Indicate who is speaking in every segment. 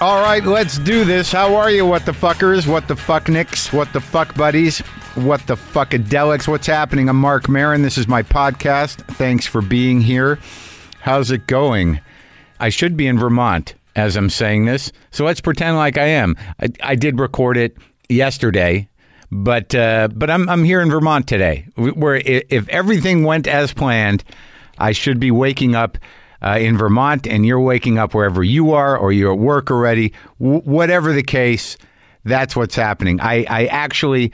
Speaker 1: All right, let's do this. How are you, what the fuckers? What the fuck nicks? What the fuck buddies? What the fuckadelics? What's happening? I'm Mark Marin. This is my podcast. Thanks for being here. How's it going? I should be in Vermont as I'm saying this, so let's pretend like I am. I, I did record it yesterday, but uh, but I'm I'm here in Vermont today, where i- if everything went as planned, I should be waking up uh, in Vermont, and you're waking up wherever you are, or you're at work already. W- whatever the case, that's what's happening. I I actually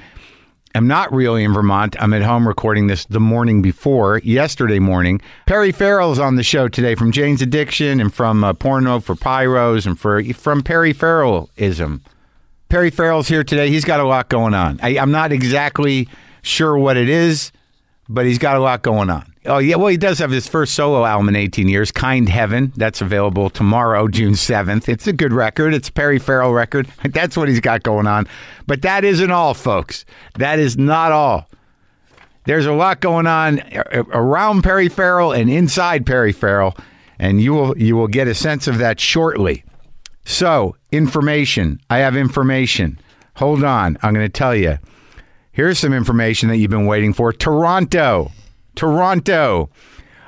Speaker 1: am not really in Vermont. I'm at home recording this the morning before, yesterday morning. Perry Farrell's on the show today from Jane's Addiction and from uh, Porno for Pyros and for from Perry Farrellism. Perry Farrell's here today. He's got a lot going on. I, I'm not exactly sure what it is, but he's got a lot going on. Oh yeah, well he does have his first solo album in 18 years, Kind Heaven. That's available tomorrow, June 7th. It's a good record. It's a Perry Farrell record. That's what he's got going on. But that isn't all, folks. That is not all. There's a lot going on a- a- around Perry Farrell and inside Perry Farrell, and you will you will get a sense of that shortly. So, information. I have information. Hold on. I'm going to tell you. Here's some information that you've been waiting for. Toronto. Toronto.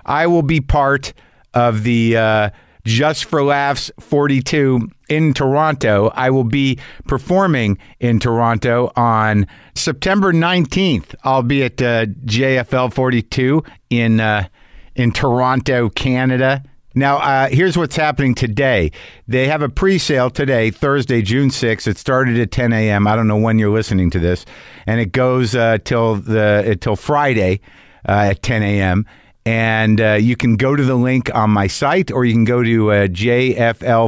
Speaker 1: I will be part of the uh, Just for Laughs 42 in Toronto. I will be performing in Toronto on September 19th. I'll be at uh, JFL 42 in uh, in Toronto, Canada. Now, uh, here's what's happening today. They have a pre sale today, Thursday, June 6th. It started at 10 a.m. I don't know when you're listening to this. And it goes uh, till, the, uh, till Friday uh, at 10 a.m. And uh, you can go to the link on my site or you can go to uh,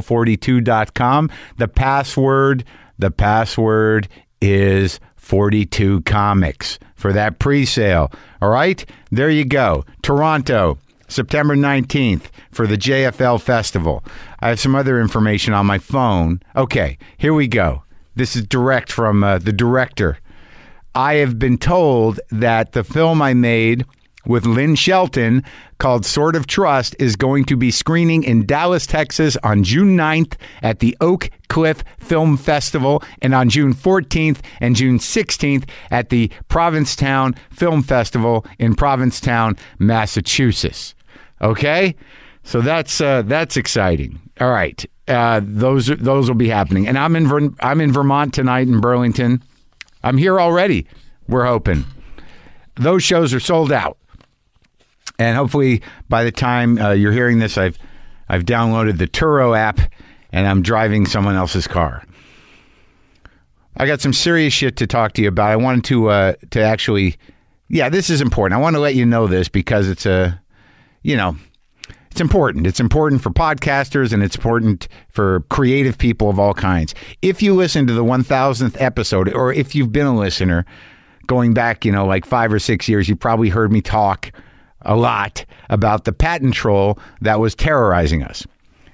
Speaker 1: jfl42.com. The password, the password is 42 comics for that pre-sale. All right? There you go. Toronto, September 19th for the JFL Festival. I have some other information on my phone. Okay, here we go. This is direct from uh, the director. I have been told that the film I made with Lynn Shelton called Sword of Trust is going to be screening in Dallas, Texas on June 9th at the Oak Cliff Film Festival and on June 14th and June 16th at the Provincetown Film Festival in Provincetown, Massachusetts. Okay? So that's uh, that's exciting. All right. Uh, those those will be happening. And I'm in Ver- I'm in Vermont tonight in Burlington. I'm here already. We're hoping those shows are sold out, and hopefully by the time uh, you're hearing this, I've I've downloaded the Turo app, and I'm driving someone else's car. I got some serious shit to talk to you about. I wanted to uh, to actually, yeah, this is important. I want to let you know this because it's a, you know, it's important. It's important for podcasters and it's important for creative people of all kinds. If you listen to the 1000th episode, or if you've been a listener going back, you know, like five or six years, you probably heard me talk a lot about the patent troll that was terrorizing us.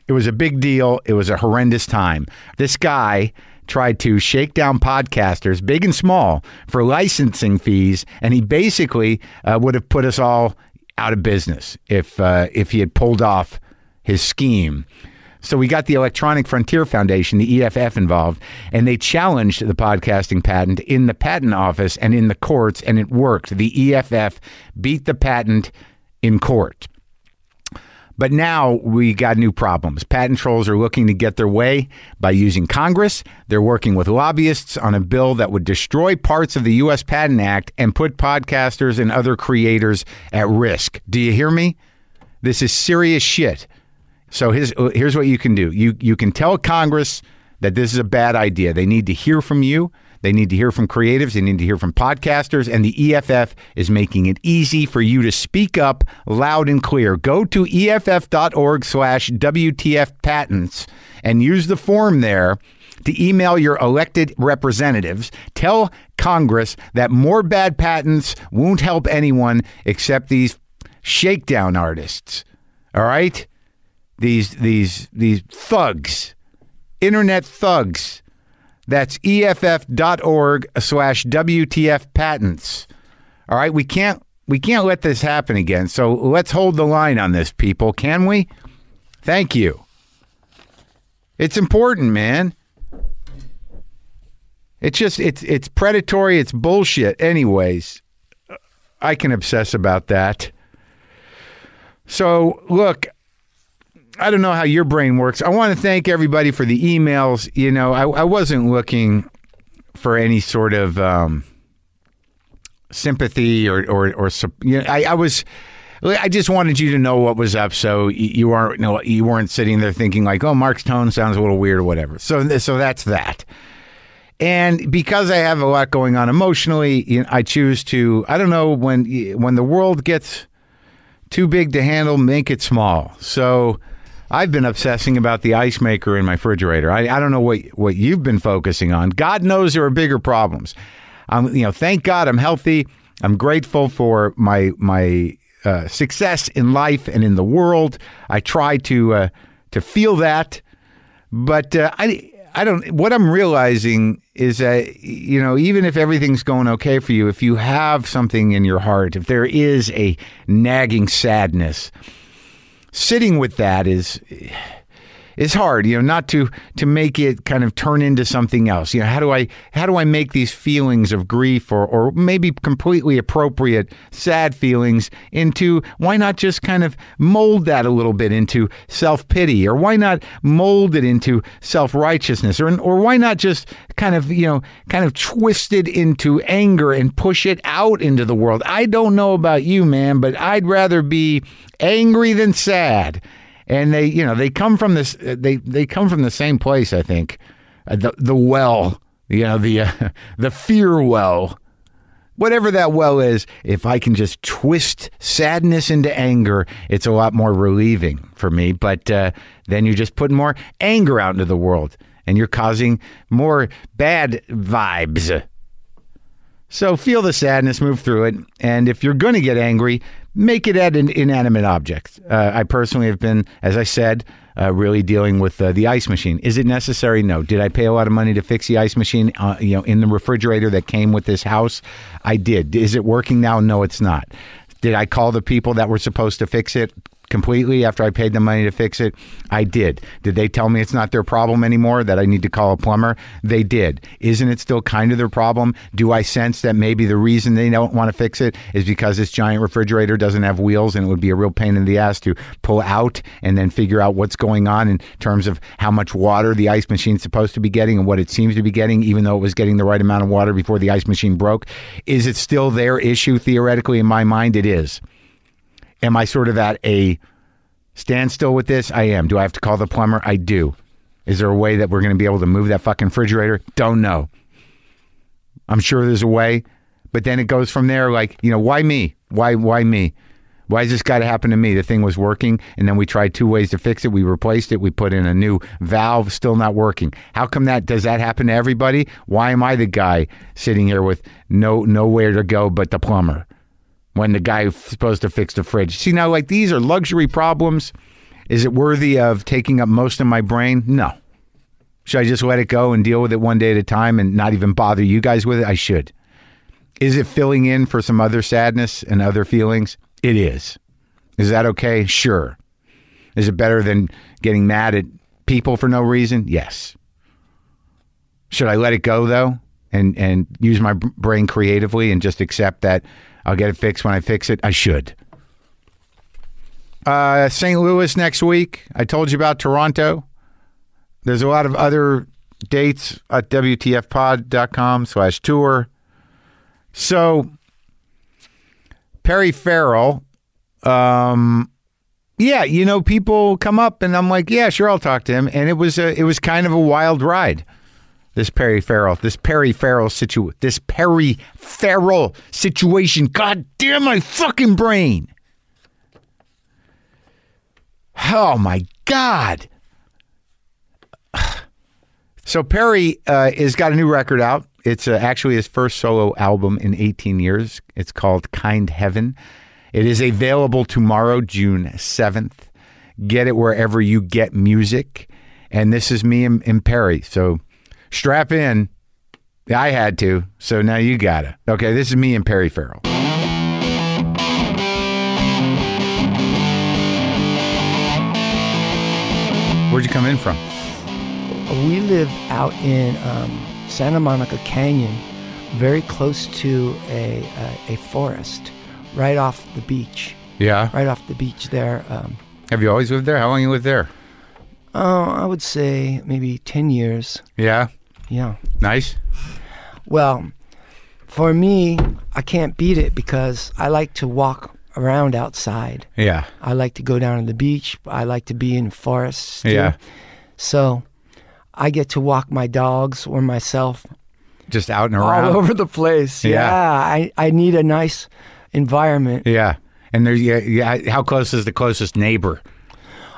Speaker 1: It was a big deal. It was a horrendous time. This guy tried to shake down podcasters, big and small, for licensing fees, and he basically uh, would have put us all out of business if uh, if he had pulled off his scheme. So we got the Electronic Frontier Foundation, the EFF, involved, and they challenged the podcasting patent in the patent office and in the courts, and it worked. The EFF beat the patent in court. But now we got new problems. Patent trolls are looking to get their way by using Congress. They're working with lobbyists on a bill that would destroy parts of the U.S. Patent Act and put podcasters and other creators at risk. Do you hear me? This is serious shit. So here's, here's what you can do you, you can tell Congress that this is a bad idea. They need to hear from you. They need to hear from creatives. They need to hear from podcasters. And the EFF is making it easy for you to speak up loud and clear. Go to E EFF.org slash WTF patents and use the form there to email your elected representatives. Tell Congress that more bad patents won't help anyone except these shakedown artists. All right? These, these, these thugs, internet thugs. That's E EFF.org slash WTF patents. All right, we can't we can't let this happen again. So let's hold the line on this, people, can we? Thank you. It's important, man. It's just it's it's predatory, it's bullshit anyways. I can obsess about that. So, look, I don't know how your brain works. I want to thank everybody for the emails. You know, I, I wasn't looking for any sort of um, sympathy or or or sup- you know, I, I was. I just wanted you to know what was up, so y- you weren't no, you weren't sitting there thinking like, "Oh, Mark's tone sounds a little weird" or whatever. So, th- so that's that. And because I have a lot going on emotionally, you know, I choose to. I don't know when y- when the world gets too big to handle, make it small. So I've been obsessing about the ice maker in my refrigerator. I, I don't know what, what you've been focusing on. God knows there are bigger problems. Um, you know, thank God I'm healthy. I'm grateful for my my uh, success in life and in the world. I try to uh, to feel that but uh, I I don't. What I'm realizing is that you know, even if everything's going okay for you, if you have something in your heart, if there is a nagging sadness, sitting with that is is hard. You know, not to to make it kind of turn into something else. You know, how do I how do I make these feelings of grief or or maybe completely appropriate sad feelings into why not just kind of mold that a little bit into self pity or why not mold it into self righteousness or or why not just kind of you know kind of twist it into anger and push it out into the world. I don't know about you, man, but I'd rather be angry than sad and they you know they come from this uh, they they come from the same place i think Uh, the the well you know the uh, the fear well whatever that well is if i can just twist sadness into anger it's a lot more relieving for me but uh, then you're just putting more anger out into the world and you're causing more bad vibes so feel the sadness, move through it, and if you're going to get angry, make it at an inanimate object. Uh, I personally have been, as I said, uh, really dealing with uh, the ice machine. Is it necessary? No. Did I pay a lot of money to fix the ice machine? Uh, you know, in the refrigerator that came with this house, I did. Is it working now? No, it's not. Did I call the people that were supposed to fix it? completely after I paid the money to fix it? I did. Did they tell me it's not their problem anymore, that I need to call a plumber? They did. Isn't it still kind of their problem? Do I sense that maybe the reason they don't want to fix it is because this giant refrigerator doesn't have wheels and it would be a real pain in the ass to pull out and then figure out what's going on in terms of how much water the ice machine's supposed to be getting and what it seems to be getting, even though it was getting the right amount of water before the ice machine broke? Is it still their issue theoretically? In my mind, it is am I sort of at a standstill with this? I am. Do I have to call the plumber? I do. Is there a way that we're going to be able to move that fucking refrigerator? Don't know. I'm sure there's a way, but then it goes from there. Like, you know, why me? Why, why me? Why has this got to happen to me? The thing was working, and then we tried two ways to fix it. We replaced it. We put in a new valve, still not working. How come that? Does that happen to everybody? Why am I the guy sitting here with no nowhere to go but the plumber? when the guy who's supposed to fix the fridge. See, now, like these are luxury problems. Is it worthy of taking up most of my brain? No. Should I just let it go and deal with it one day at a time and not even bother you guys with it? I should. Is it filling in for some other sadness and other feelings? It is. Is that okay? Sure. Is it better than getting mad at people for no reason? Yes. Should I let it go though, and and use my b- brain creatively and just accept that I'll get it fixed when I fix it? I should. Uh, St. Louis next week. I told you about Toronto. There's a lot of other dates at WTFpod.com slash tour. So Perry Farrell, um, yeah, you know, people come up and I'm like, yeah, sure, I'll talk to him. And it was a, it was kind of a wild ride this Perry Farrell, this Perry Farrell situ, this Perry Farrell situation. God damn my fucking brain! Oh my god! So Perry uh, has got a new record out. It's uh, actually his first solo album in 18 years. It's called Kind Heaven. It is available tomorrow, June 7th. Get it wherever you get music. And this is me and, and Perry. So strap in. I had to, so now you gotta. Okay, this is me and Perry Farrell. Where'd you come in from?
Speaker 2: We live out in um, Santa Monica Canyon, very close to a, a, a forest, right off the beach.
Speaker 1: Yeah.
Speaker 2: Right off the beach there. Um,
Speaker 1: Have you always lived there? How long you lived there?
Speaker 2: oh, I would say maybe 10 years.
Speaker 1: Yeah.
Speaker 2: Yeah.
Speaker 1: Nice.
Speaker 2: Well, for me, I can't beat it because I like to walk around outside.
Speaker 1: Yeah.
Speaker 2: I like to go down to the beach. I like to be in forests. too.
Speaker 1: Yeah.
Speaker 2: So I get to walk my dogs or myself
Speaker 1: Just out and
Speaker 2: all
Speaker 1: around.
Speaker 2: over the place.
Speaker 1: Yeah.
Speaker 2: I, I need a nice environment.
Speaker 1: Yeah. And there's yeah, yeah. How close is the closest neighbor?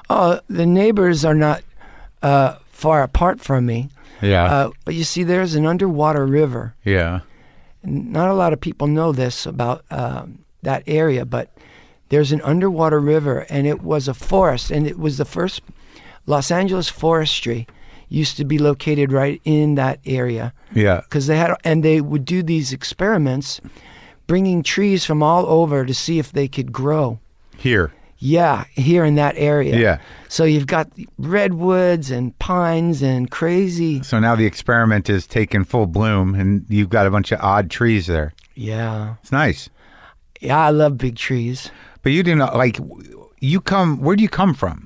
Speaker 2: Oh, the neighbors are not uh, far apart from me.
Speaker 1: Yeah.
Speaker 2: Uh, but you see, there's an underwater river.
Speaker 1: yeah.
Speaker 2: Not a lot of people know this about um, that area, but there's an underwater river, and it was a forest, and it was the first Los Angeles forestry used to be located right in that area.
Speaker 1: Yeah.
Speaker 2: because they had and they would do these experiments bringing trees from all over to see if they could grow
Speaker 1: Here.
Speaker 2: yeah here in that area
Speaker 1: Yeah.
Speaker 2: so you've got redwoods and pines and crazy
Speaker 1: So now the experiment is taking full bloom, and you've got a bunch of odd trees there.
Speaker 2: yeah
Speaker 1: It's nice.
Speaker 2: yeah i love big trees
Speaker 1: But you didn't like. You come. Where do you come from?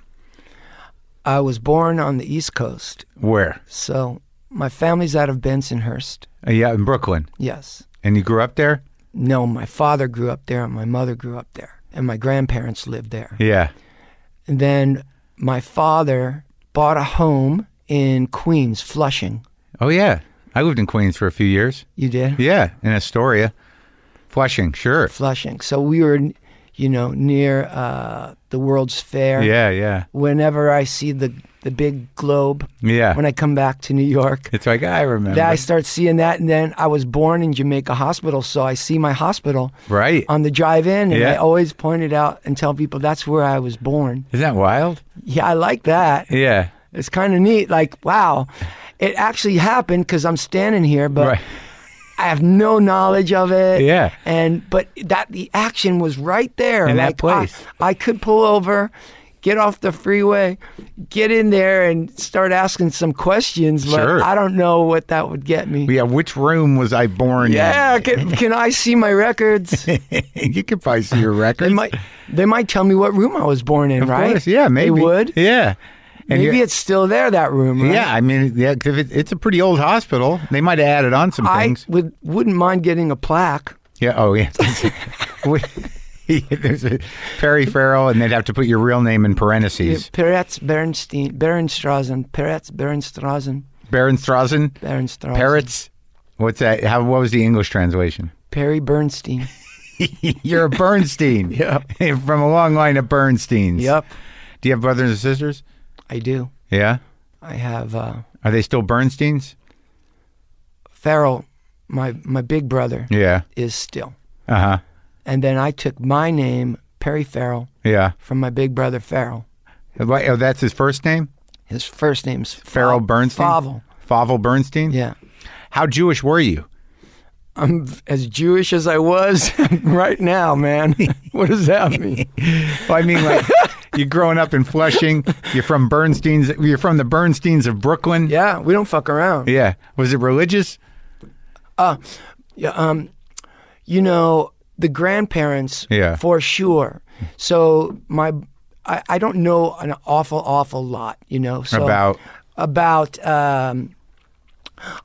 Speaker 2: i was born on the east coast
Speaker 1: Where?
Speaker 2: so my family's out of bensonhurst
Speaker 1: Uh, yeah, in Brooklyn.
Speaker 2: yes
Speaker 1: And you grew up there.
Speaker 2: no my father grew up there and my mother grew up there and my grandparents lived there
Speaker 1: Yeah.
Speaker 2: And then my father bought a home in Queens, Flushing.
Speaker 1: Oh yeah. I lived in Queens for a few years.
Speaker 2: You did?
Speaker 1: Yeah, in Astoria, Flushing. Sure.
Speaker 2: Flushing. So we were, you know, near uh, the World's Fair.
Speaker 1: Yeah. Yeah.
Speaker 2: Whenever I see the, the big globe,
Speaker 1: Yeah.
Speaker 2: when I come back to New York,
Speaker 1: it's like I remember.
Speaker 2: that I start seeing that. And then I was born in Jamaica Hospital, so I see my hospital
Speaker 1: right.
Speaker 2: on the drive in, and
Speaker 1: Yeah.
Speaker 2: I always point it out and tell people that's where I was born.
Speaker 1: Isn't that wild?
Speaker 2: Yeah, I like that.
Speaker 1: Yeah.
Speaker 2: It's kind of neat. Like, wow, it actually happened because I'm standing here, but
Speaker 1: Right.
Speaker 2: I have no knowledge of it.
Speaker 1: Yeah.
Speaker 2: And but that the action was right there
Speaker 1: In that
Speaker 2: Like,
Speaker 1: place.
Speaker 2: I, I could pull over, get off the freeway, get in there, and start asking some questions. But
Speaker 1: Sure.
Speaker 2: I don't know what that would get me.
Speaker 1: Yeah. Which room was I born
Speaker 2: yeah. Can, can I see my records?
Speaker 1: in? you could probably see your record.
Speaker 2: they might. They might tell me what room I was born in.
Speaker 1: Of
Speaker 2: right?
Speaker 1: course, yeah, maybe
Speaker 2: they would.
Speaker 1: Yeah, and
Speaker 2: maybe
Speaker 1: you-
Speaker 2: it's still there. That room. Right?
Speaker 1: yeah. I mean, yeah, 'cause if it, it's a pretty old hospital. They might have added on some
Speaker 2: I
Speaker 1: things.
Speaker 2: would wouldn't mind getting a plaque.
Speaker 1: Yeah. Oh, yeah. We- There's a Perry Farrell, and they'd have to put your real name in parentheses.
Speaker 2: Peretz Bernstein, Berenstraßen, Peretz Berenstraßen,
Speaker 1: Baron Strausen,
Speaker 2: Berenstraßen.
Speaker 1: Parrots. What's that? How? What was the English translation?
Speaker 2: Perry Bernstein.
Speaker 1: You're a Bernstein.
Speaker 2: Yep.
Speaker 1: From a long line of Bernsteins.
Speaker 2: yep,
Speaker 1: Do you have brothers and sisters?
Speaker 2: I do.
Speaker 1: Yeah.
Speaker 2: I have uh,
Speaker 1: Are they still Bernsteins?
Speaker 2: Farrell, my my big brother,
Speaker 1: Yeah.
Speaker 2: is still.
Speaker 1: Uh huh.
Speaker 2: And then I took my name, Perry Farrell,
Speaker 1: Yeah.
Speaker 2: from my big brother Farrell.
Speaker 1: Why- Oh, that's his first name?
Speaker 2: His first name's
Speaker 1: Farrell
Speaker 2: Fa-
Speaker 1: Bernstein?
Speaker 2: Favel.
Speaker 1: Favel Bernstein?
Speaker 2: Yeah.
Speaker 1: How Jewish were you?
Speaker 2: I'm v- as Jewish as I was right now, man. what does that mean?
Speaker 1: Well, I mean, like, you're growing up in Flushing. You're from Bernstein's. You're from the Bernsteins of Brooklyn.
Speaker 2: Yeah, we don't fuck around.
Speaker 1: Yeah. Was it religious?
Speaker 2: Yeah, um, you know the grandparents
Speaker 1: Yeah.
Speaker 2: for sure. So my, I, I don't know an awful awful lot. You know so
Speaker 1: About?
Speaker 2: about. Um,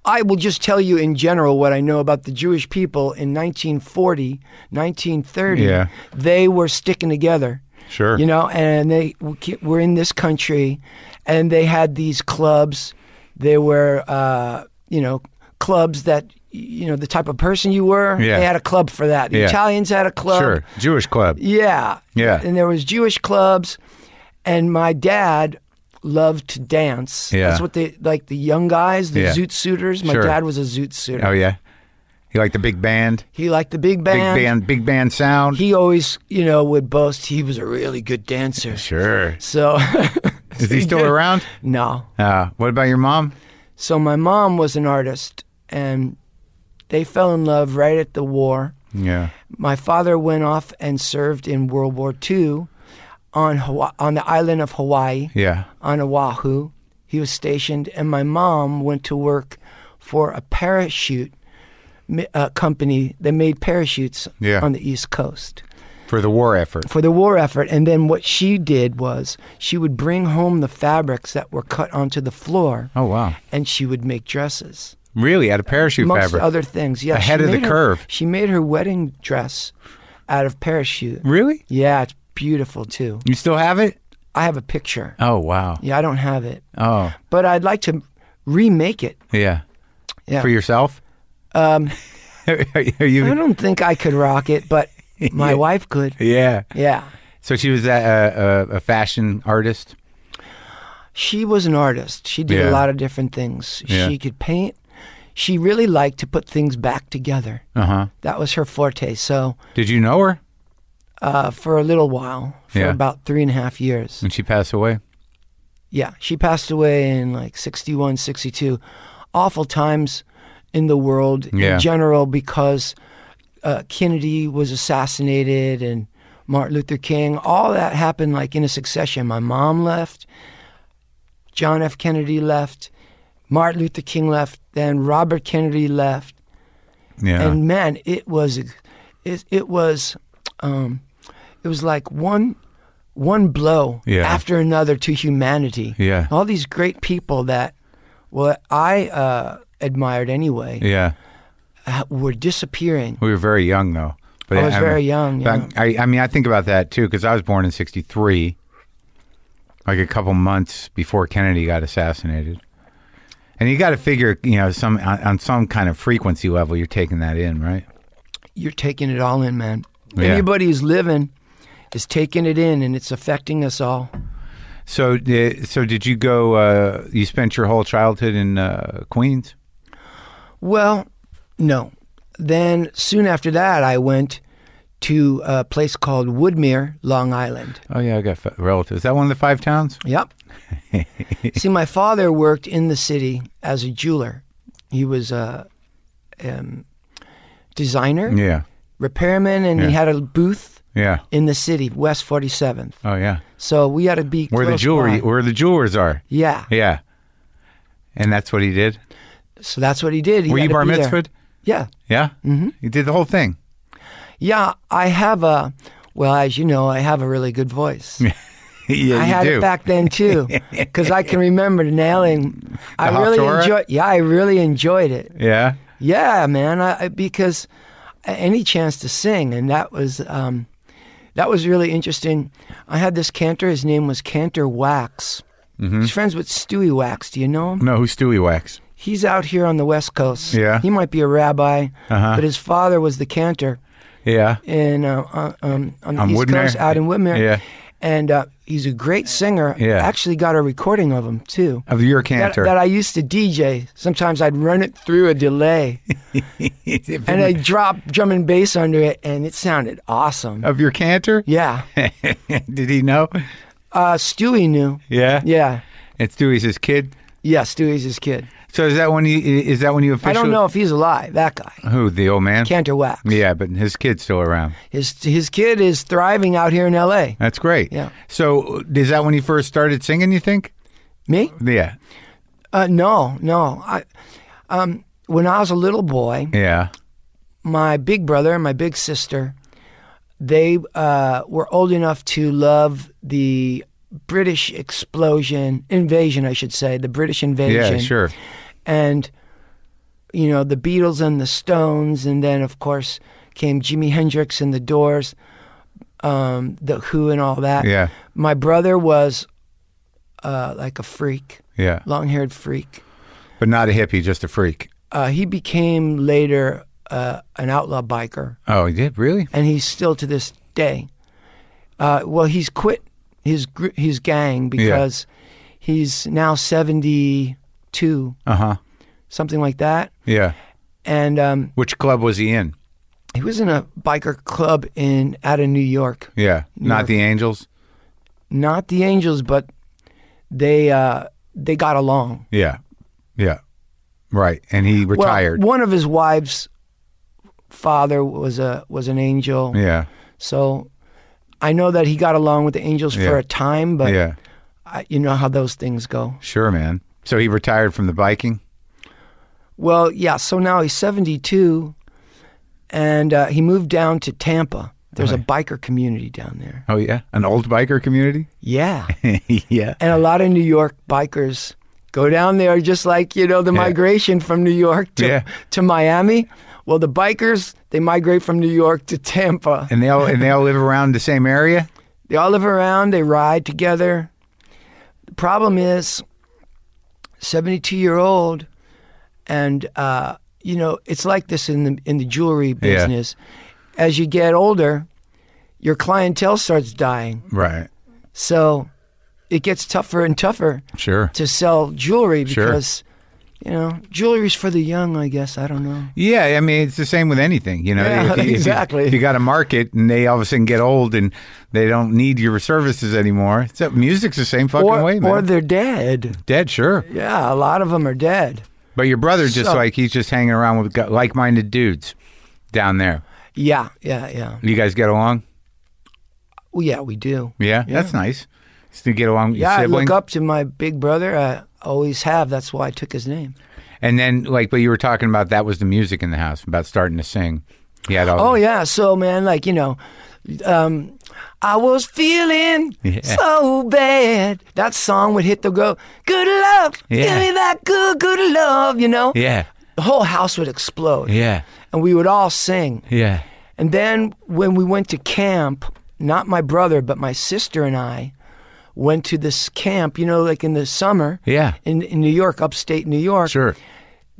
Speaker 2: I will just tell you in general what I know about the Jewish people in 1940, 1930.
Speaker 1: Yeah.
Speaker 2: They were sticking together.
Speaker 1: Sure.
Speaker 2: You know, and they w- ke- were in this country, and they had these clubs. They were, uh, you know, clubs that you know the type of person you were.
Speaker 1: Yeah.
Speaker 2: They had a club for that. The
Speaker 1: Yeah.
Speaker 2: Italians had a club.
Speaker 1: Sure. Jewish club.
Speaker 2: Yeah.
Speaker 1: Yeah.
Speaker 2: And there was Jewish clubs, and my dad loved to dance.
Speaker 1: Yeah.
Speaker 2: That's what they like. The young guys, the
Speaker 1: Yeah.
Speaker 2: zoot suiters. My
Speaker 1: Sure.
Speaker 2: dad was a zoot suiter.
Speaker 1: Oh yeah. You like the big band?
Speaker 2: He liked the big
Speaker 1: Big
Speaker 2: band.
Speaker 1: band. Big band sound.
Speaker 2: He always, you know, would boast he was a really good dancer.
Speaker 1: sure.
Speaker 2: So.
Speaker 1: Is he still
Speaker 2: did.
Speaker 1: around?
Speaker 2: No.
Speaker 1: Uh, what about your mom?
Speaker 2: So my mom was an artist, and they fell in love right at the war.
Speaker 1: Yeah.
Speaker 2: My father went off and served in World War II on Hawa- on the island of Hawaii
Speaker 1: Yeah.
Speaker 2: on Oahu. He He was stationed, and my mom went to work for a parachute mi- uh, company that made parachutes
Speaker 1: Yeah.
Speaker 2: on the East Coast
Speaker 1: for the war effort.
Speaker 2: for the war effort. And then what she did was she would bring home the fabrics that were cut onto the floor,
Speaker 1: Oh wow!
Speaker 2: and she would make dresses,
Speaker 1: Really, out of parachute
Speaker 2: amongst
Speaker 1: fabric.
Speaker 2: other things. Yeah,
Speaker 1: Ahead
Speaker 2: she
Speaker 1: of the
Speaker 2: made her-
Speaker 1: curve.
Speaker 2: She made her wedding dress out of parachute.
Speaker 1: really?
Speaker 2: Yeah, it's beautiful too.
Speaker 1: You still have it?
Speaker 2: I have a picture.
Speaker 1: Oh wow!
Speaker 2: Yeah, I don't have it,
Speaker 1: Oh
Speaker 2: but I'd like to remake it.
Speaker 1: yeah.
Speaker 2: Yeah.
Speaker 1: For yourself?
Speaker 2: Um,
Speaker 1: Are
Speaker 2: I
Speaker 1: you?
Speaker 2: don't think I could rock it, but my wife could.
Speaker 1: Yeah.
Speaker 2: Yeah.
Speaker 1: So she was a, a, a- a fashion artist.
Speaker 2: She was an artist. She did
Speaker 1: Yeah.
Speaker 2: a lot of different things.
Speaker 1: Yeah.
Speaker 2: She could paint. She really liked to put things back together.
Speaker 1: Uh huh.
Speaker 2: That was her forte. So
Speaker 1: Did you know her?
Speaker 2: uh, for a little while, for
Speaker 1: Yeah.
Speaker 2: about three and a half years.
Speaker 1: When she passed away?
Speaker 2: Yeah, she passed away in like 61, 62. Awful times in the world
Speaker 1: Yeah.
Speaker 2: in general because uh, Kennedy was assassinated and Martin Luther King. All that happened like in a succession. My mom left, John F. Kennedy left, Martin Luther King left, then Robert Kennedy left
Speaker 1: Yeah.
Speaker 2: and man, it was it, it was um, it was like one one blow
Speaker 1: Yeah.
Speaker 2: after another to humanity.
Speaker 1: Yeah.
Speaker 2: all these great people that well I uh, admired anyway
Speaker 1: yeah.
Speaker 2: uh, were disappearing.
Speaker 1: We were very young though. But
Speaker 2: I was
Speaker 1: mean-
Speaker 2: very young,
Speaker 1: but
Speaker 2: yeah.
Speaker 1: I, I mean, I think about that too because I was born in '63, like a couple months before Kennedy got assassinated. And you got to figure, you know, some on, on some kind of frequency level, you're taking that in, right?
Speaker 2: You're taking it all in, man.
Speaker 1: Yeah.
Speaker 2: Anybody who's living is taking it in, and it's affecting us all.
Speaker 1: So, uh, so did you go? Uh, you spent your whole childhood in uh, Queens.
Speaker 2: Well, no. Then soon after that, I went to a place called Woodmere, Long Island.
Speaker 1: Oh yeah, I got f- relatives. Is that one of the five towns?
Speaker 2: Yep. See, my father worked in the city as a jeweler. He was a um, designer,
Speaker 1: Yeah,
Speaker 2: repairman, and
Speaker 1: Yeah.
Speaker 2: he had a booth
Speaker 1: yeah.
Speaker 2: in the city, West 47th.
Speaker 1: Oh yeah,
Speaker 2: So we had to be
Speaker 1: where the
Speaker 2: close
Speaker 1: jewelry,
Speaker 2: by.
Speaker 1: where the jewelers are.
Speaker 2: Yeah.
Speaker 1: Yeah, and that's what he did.
Speaker 2: So that's what he did. He
Speaker 1: Were
Speaker 2: had
Speaker 1: you
Speaker 2: to
Speaker 1: bar
Speaker 2: be there.
Speaker 1: mitzvahed?
Speaker 2: Yeah.
Speaker 1: Yeah, mm-hmm. you did the whole thing.
Speaker 2: Yeah. I have a, well, as you know, I have a really good voice.
Speaker 1: yeah,
Speaker 2: I
Speaker 1: you
Speaker 2: had
Speaker 1: do.
Speaker 2: it back then too, because I can remember nailing. I
Speaker 1: The
Speaker 2: really
Speaker 1: Haftorah?
Speaker 2: enjoyed. Yeah, I really enjoyed it.
Speaker 1: Yeah,
Speaker 2: Yeah, man. I, I because a- any chance to sing, and that was um, that was really interesting. I had this cantor. His name was Cantor Wax.
Speaker 1: Mm-hmm.
Speaker 2: He's friends with Stewie Wax. Do you know him?
Speaker 1: no, who's Stewie Wax?
Speaker 2: He's out here on the West Coast.
Speaker 1: Yeah.
Speaker 2: he might be a rabbi,
Speaker 1: Uh-huh.
Speaker 2: but his father was the cantor
Speaker 1: Yeah,
Speaker 2: in uh, uh, um, on the
Speaker 1: On
Speaker 2: East
Speaker 1: Woodmere?
Speaker 2: Coast, out in Woodmere.
Speaker 1: Yeah.
Speaker 2: and uh, he's a great singer.
Speaker 1: Yeah.
Speaker 2: actually got a recording of him too
Speaker 1: of your
Speaker 2: that,
Speaker 1: cantor.
Speaker 2: that I used to DJ. Sometimes I'd run it through a delay and I'd drop drum and bass under it, and it sounded awesome.
Speaker 1: of your cantor?
Speaker 2: Yeah.
Speaker 1: did he know?
Speaker 2: Uh, Stewie knew.
Speaker 1: Yeah,
Speaker 2: Yeah.
Speaker 1: And Stewie's his kid.
Speaker 2: Yeah, Stewie's his kid.
Speaker 1: So is that when you is that when you
Speaker 2: I
Speaker 1: officially?
Speaker 2: don't know if he's alive, that guy,
Speaker 1: who the old man.
Speaker 2: Cantor Wax.
Speaker 1: Yeah, but his kid's still around.
Speaker 2: His, his kid is thriving out here in L.A.
Speaker 1: That's great.
Speaker 2: Yeah.
Speaker 1: So is that when you first started singing? You think?
Speaker 2: Me?
Speaker 1: Yeah.
Speaker 2: Uh, no, no. I, um, when I was a little boy,
Speaker 1: Yeah.
Speaker 2: my big brother and my big sister, they uh, were old enough to love the British explosion invasion, I should say, the British invasion.
Speaker 1: Yeah. Sure.
Speaker 2: And you know the Beatles and the Stones, and then of course came Jimi Hendrix and the Doors, um, the Who, and all that.
Speaker 1: Yeah.
Speaker 2: My brother was uh, like a freak,
Speaker 1: Yeah.
Speaker 2: long-haired freak.
Speaker 1: But not a hippie, just a freak.
Speaker 2: Uh, he became later uh, an outlaw biker.
Speaker 1: Oh, he did really?
Speaker 2: and he's still to this day. Uh, well, he's quit his gr- his gang because he's now seventy two,
Speaker 1: Uh huh.
Speaker 2: something like that.
Speaker 1: Yeah.
Speaker 2: And um,
Speaker 1: Which club was he in?
Speaker 2: he was in a biker club in out of New York,
Speaker 1: Yeah. Not
Speaker 2: York.
Speaker 1: the Angels.
Speaker 2: not the Angels, but they uh, they got along.
Speaker 1: Yeah. Yeah. Right. And he
Speaker 2: Well,
Speaker 1: retired.
Speaker 2: one of his wives' father was a was an angel,
Speaker 1: yeah.
Speaker 2: so I know that he got along with the Angels
Speaker 1: Yeah.
Speaker 2: for a time, but
Speaker 1: Yeah.
Speaker 2: I, you know how those things go.
Speaker 1: Sure, man. So he retired from the biking.
Speaker 2: Well, yeah. So now he's 72, and uh, he moved down to Tampa. There's a biker community down there.
Speaker 1: Oh yeah, an old biker community.
Speaker 2: Yeah,
Speaker 1: yeah.
Speaker 2: and a lot of New York bikers go down there, just like you know the migration from New York to
Speaker 1: Yeah.
Speaker 2: to Miami. Well, the bikers they migrate from New York to Tampa.
Speaker 1: And they all and they all live around the same area.
Speaker 2: They all live around, they ride together. The problem is, 72 year old, and, uh, you know, it's like this in the, in the jewelry business. As you get older, your clientele starts dying.
Speaker 1: Right.
Speaker 2: So it gets tougher and tougher
Speaker 1: Sure.
Speaker 2: to sell jewelry
Speaker 1: Sure.
Speaker 2: because, you know, jewelry's for the young, I guess. I don't know.
Speaker 1: Yeah, I mean it's the same with anything, you know.
Speaker 2: Yeah,
Speaker 1: if you, if you-
Speaker 2: exactly.
Speaker 1: If you, got a market and they all of a sudden get old and they don't need your services anymore, so music's the same fucking
Speaker 2: or,
Speaker 1: way, man.
Speaker 2: or they're dead.
Speaker 1: Dead, sure.
Speaker 2: Yeah, a lot of them are dead.
Speaker 1: But your brother just
Speaker 2: So-
Speaker 1: like he's just hanging around with gu- like-minded dudes down there.
Speaker 2: Yeah, yeah, yeah.
Speaker 1: You guys get along?
Speaker 2: Well, yeah, we do.
Speaker 1: Yeah, that's nice. So you get along with
Speaker 2: Yeah,
Speaker 1: your
Speaker 2: I
Speaker 1: siblings.
Speaker 2: look up to my big brother. I always have. That's why I took his name.
Speaker 1: And then, like, but you were talking about that was the music in the house about starting to sing. He had all.
Speaker 2: Oh yeah, so man, like you know, um, I was feeling
Speaker 1: Yeah.
Speaker 2: so bad. That song would hit the go. Good love, give
Speaker 1: Yeah.
Speaker 2: me that good, good love. You know,
Speaker 1: yeah,
Speaker 2: the whole house would explode,
Speaker 1: yeah,
Speaker 2: and we would all sing.
Speaker 1: yeah.
Speaker 2: And then when we went to camp, not my brother, but my sister and I went to this camp. You know, like in the summer.
Speaker 1: Yeah.
Speaker 2: In, in New York, upstate New York.
Speaker 1: Sure.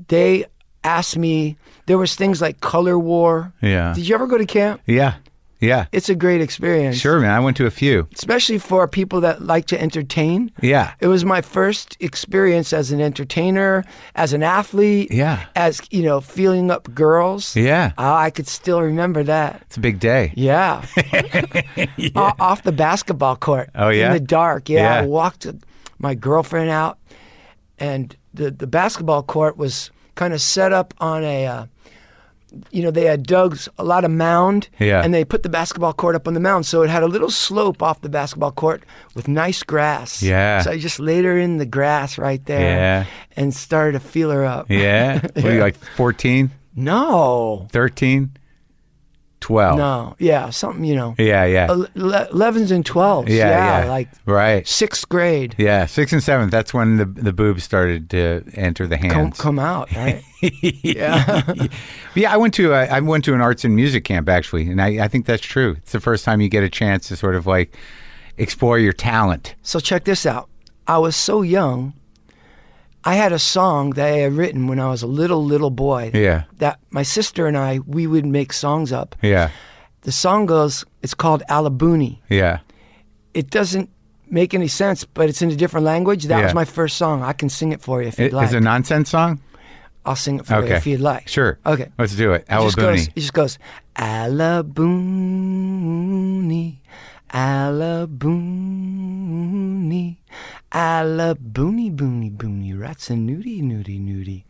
Speaker 2: they asked me there was things like color war
Speaker 1: Yeah.
Speaker 2: did you ever go to camp
Speaker 1: Yeah, yeah.
Speaker 2: it's a great experience
Speaker 1: Sure, man. I went to a few.
Speaker 2: especially for people that like to entertain
Speaker 1: Yeah,
Speaker 2: it was my first experience as an entertainer as an athlete
Speaker 1: Yeah.
Speaker 2: as you know feeling up girls
Speaker 1: yeah.
Speaker 2: Oh, i could still remember that
Speaker 1: It's a big day.
Speaker 2: yeah, O- off the basketball court
Speaker 1: Oh,
Speaker 2: in
Speaker 1: yeah?
Speaker 2: the dark yeah,
Speaker 1: Yeah.
Speaker 2: i walked my girlfriend out and the, the basketball court was kind of set up on a uh, you know they had dug's a lot of mound
Speaker 1: Yeah.
Speaker 2: and they put the basketball court up on the mound so it had a little slope off the basketball court with nice grass
Speaker 1: Yeah.
Speaker 2: so i just laid her in the grass right there
Speaker 1: Yeah.
Speaker 2: and started to feel her up
Speaker 1: Yeah. What are you like 14,
Speaker 2: no
Speaker 1: 13, 12?
Speaker 2: no yeah something you know
Speaker 1: Yeah, yeah.
Speaker 2: ele- le- 11s and 12s
Speaker 1: yeah, Uh, yeah,
Speaker 2: like
Speaker 1: right.
Speaker 2: sixth grade
Speaker 1: Yeah, sixth and seventh. That's when the the boobs started to enter the
Speaker 2: come,
Speaker 1: hands.
Speaker 2: come out right yeah
Speaker 1: Yeah, I went to a, I went to an arts and music camp actually, and I, I think that's true. It's the first time you get a chance to sort of like explore your talent.
Speaker 2: so check this out i was so young i had a song that i had written when i was a little little boy
Speaker 1: Yeah,
Speaker 2: that my sister and i we would make songs up
Speaker 1: yeah,
Speaker 2: the song goes it's called alabuni
Speaker 1: yeah.
Speaker 2: it doesn't make any sense but it's in a different language that
Speaker 1: Yeah.
Speaker 2: was my first song i can sing it for you if
Speaker 1: I-
Speaker 2: you'd
Speaker 1: Is
Speaker 2: like
Speaker 1: it a nonsense song?
Speaker 2: i'll sing it for you
Speaker 1: Okay.
Speaker 2: if you'd like
Speaker 1: Sure.
Speaker 2: okay
Speaker 1: Let's do it.
Speaker 2: It just goes,
Speaker 1: Alabuni.
Speaker 2: it just goes, Alabuni, Alabuni, Alabuni, boony, boony, rats and nudie, nudie, nudie.